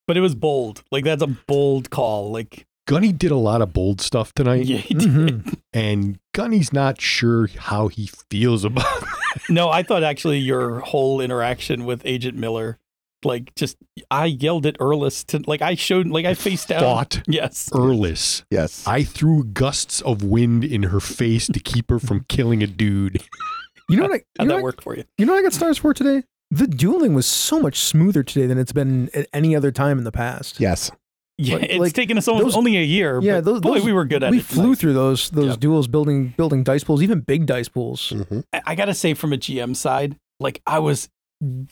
[SPEAKER 5] but it was bold. Like that's a bold call. Like
[SPEAKER 4] Gunny did a lot of bold stuff tonight,
[SPEAKER 5] yeah, he did.
[SPEAKER 3] Mhm.
[SPEAKER 4] and Gunny's not sure how he feels about
[SPEAKER 5] (laughs) No, I thought actually your whole interaction with Agent Miller, like just I yelled at Earlis to like I showed like
[SPEAKER 3] (laughs)
[SPEAKER 5] I faced down.
[SPEAKER 4] thought
[SPEAKER 5] Yes.
[SPEAKER 4] Earlis.
[SPEAKER 6] yes
[SPEAKER 4] I threw gusts of wind in her face to keep her from killing a dude. (laughs)
[SPEAKER 3] You know what I, you
[SPEAKER 5] How'd
[SPEAKER 3] know
[SPEAKER 5] that
[SPEAKER 3] what,
[SPEAKER 5] work for you?
[SPEAKER 3] you know what I got stars for today? The dueling was so much smoother today than it's been at any other time in the past.
[SPEAKER 6] yes
[SPEAKER 5] Yeah,
[SPEAKER 3] Like-
[SPEAKER 5] it's
[SPEAKER 3] like,
[SPEAKER 5] taken us almost
[SPEAKER 3] those-
[SPEAKER 5] only a year.
[SPEAKER 3] yeah,
[SPEAKER 5] but
[SPEAKER 3] those-
[SPEAKER 5] boy,
[SPEAKER 3] those-
[SPEAKER 5] we were good at
[SPEAKER 3] we
[SPEAKER 5] it.
[SPEAKER 3] flew through those those
[SPEAKER 5] Yep.
[SPEAKER 3] duels, building building dice pools, even big dice pools.
[SPEAKER 6] hmm
[SPEAKER 5] I, I gotta say, from a GM side, like I was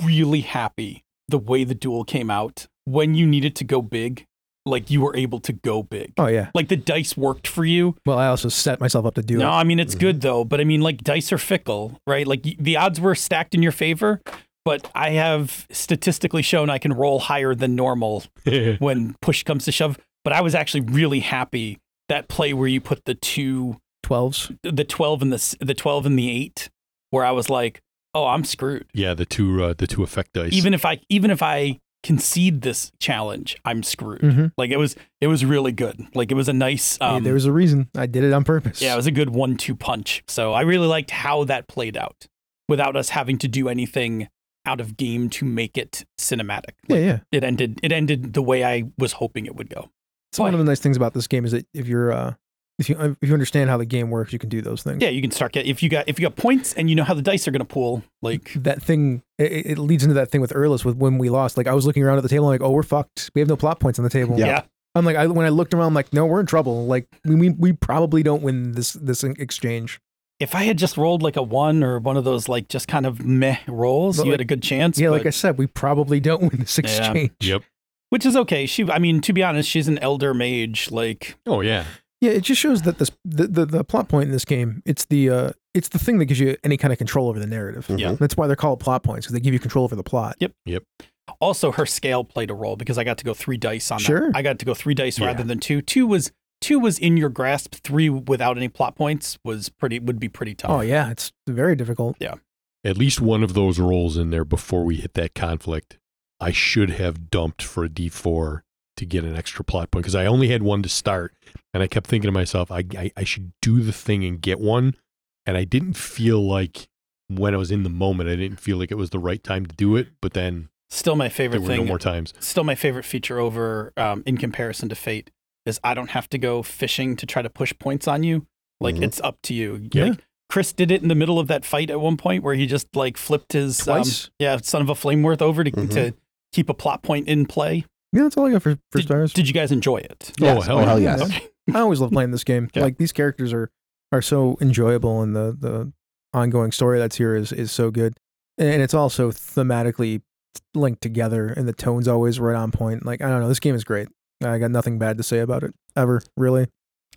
[SPEAKER 5] really happy the way the duel came out. When you needed to go big, like you were able to go big.
[SPEAKER 3] Oh yeah.
[SPEAKER 5] Like the dice worked for you.
[SPEAKER 3] Well, I also set myself up to do
[SPEAKER 5] no,
[SPEAKER 3] it.
[SPEAKER 5] I mean it's good though, but I mean like dice are fickle, right? Like y- the odds were stacked in your favor, but I have statistically shown I can roll higher than normal when push comes to shove. But I was actually really happy that play where you put the two,
[SPEAKER 3] Twelves.
[SPEAKER 5] the twelve and the s- the twelve and the eight, where I was like, oh, I'm screwed.
[SPEAKER 4] yeah, the two uh, the two effect dice.
[SPEAKER 5] Even if I even if I concede this challenge, I'm screwed.
[SPEAKER 3] Mm-hmm.
[SPEAKER 5] Like it was it was really good. Like it was a nice. Um,
[SPEAKER 3] there was a reason I did it on purpose.
[SPEAKER 5] Yeah, it was a good one two punch. So I really liked how that played out without us having to do anything out of game to make it cinematic.
[SPEAKER 3] yeah, yeah.
[SPEAKER 5] It ended it ended the way I was hoping it would go.
[SPEAKER 3] It's one
[SPEAKER 5] Boy.
[SPEAKER 3] of the nice things about this game is that if you're uh, if you if you understand how the game works, you can do those things.
[SPEAKER 5] Yeah, you can start get if you got if you got points and you know how the dice are gonna pool,
[SPEAKER 3] (laughs)
[SPEAKER 5] like
[SPEAKER 3] That thing it, it- it leads into that thing with Earlis with when we lost. Like I was looking around at the table, I'm like, oh, we're fucked. We have no plot points on the table.
[SPEAKER 5] yeah.
[SPEAKER 6] Yeah.
[SPEAKER 3] I'm like, I, when I looked around, I'm like, no, we're in trouble. Like we, we we probably don't win this this exchange.
[SPEAKER 5] If I had just rolled like a one or one of those like just kind of meh rolls,
[SPEAKER 3] But
[SPEAKER 5] you
[SPEAKER 3] like-
[SPEAKER 5] had a good chance.
[SPEAKER 3] Yeah, like
[SPEAKER 5] but-
[SPEAKER 3] I said, we probably don't win this exchange.
[SPEAKER 4] yep.
[SPEAKER 5] which is okay. She I mean, to be honest, she's an elder mage, like
[SPEAKER 4] Oh yeah.
[SPEAKER 3] Yeah, it just shows that this the, the, the plot point in this game it's the uh, it's the thing that gives you any kind of control over the narrative.
[SPEAKER 5] Yeah.
[SPEAKER 3] that's why they're called plot points because they give you control over the plot.
[SPEAKER 5] also her scale played a role because I got to go three dice on
[SPEAKER 3] Sure.
[SPEAKER 5] that. I got to go three dice
[SPEAKER 4] Yeah.
[SPEAKER 5] rather than two. Two was two was in your grasp. Three without any plot points was pretty would be pretty tough.
[SPEAKER 3] Oh yeah, it's very difficult.
[SPEAKER 4] At least one of those rolls in there before we hit that conflict. I should have dumped for a D four to get an extra plot point because I only had one to start, and I kept thinking to myself, I, I I should do the thing and get one, and I didn't feel like when I was in the moment, I didn't feel like it was the right time to do it. But then
[SPEAKER 5] Still my
[SPEAKER 4] there
[SPEAKER 5] favorite
[SPEAKER 4] were
[SPEAKER 5] thing.
[SPEAKER 4] no more times.
[SPEAKER 5] Still my favorite feature over um, in comparison to Fate is I don't have to go fishing to try to push points on you. Like
[SPEAKER 6] Mhm.
[SPEAKER 5] it's up to you.
[SPEAKER 4] Mm-hmm. Yeah.
[SPEAKER 5] Like, Chris did it in the middle of that fight at one point where he just like flipped his um,
[SPEAKER 3] Twice.
[SPEAKER 5] yeah son of a flameworth over to,
[SPEAKER 6] Mhm.
[SPEAKER 4] Mm-hmm.
[SPEAKER 5] to keep a plot point in play.
[SPEAKER 3] yeah, that's all I got for, for
[SPEAKER 5] Did-
[SPEAKER 3] stars.
[SPEAKER 5] Did you guys enjoy it?
[SPEAKER 4] Oh hell,
[SPEAKER 6] Oh, hell
[SPEAKER 4] yeah.
[SPEAKER 6] yes.
[SPEAKER 5] Okay.
[SPEAKER 3] I always love playing this game.
[SPEAKER 5] Yeah.
[SPEAKER 3] Like these characters are are so enjoyable, and the the ongoing story that's here is is so good, and it's also thematically linked together, and the tone's always right on point. Like I don't know, this game is great. I got nothing bad to say about it ever, really.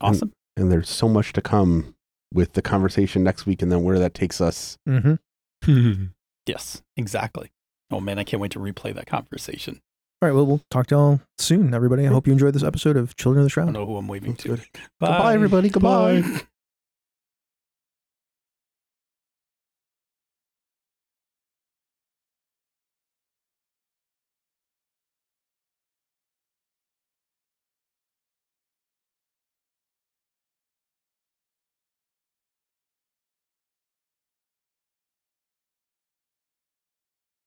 [SPEAKER 5] Awesome.
[SPEAKER 6] and there's so much to come with the conversation next week and then where that takes us
[SPEAKER 3] Mm-hmm.
[SPEAKER 5] Yes, exactly. Oh man, I can't wait to replay that conversation.
[SPEAKER 3] All right. Well, we'll talk to y'all
[SPEAKER 6] Mm.
[SPEAKER 3] soon, everybody. I hope you enjoyed this episode of Children of the
[SPEAKER 5] I
[SPEAKER 3] Shroud.
[SPEAKER 5] don't know who I'm waving to.
[SPEAKER 6] Goodbye, everybody. Goodbye.
[SPEAKER 5] Bye.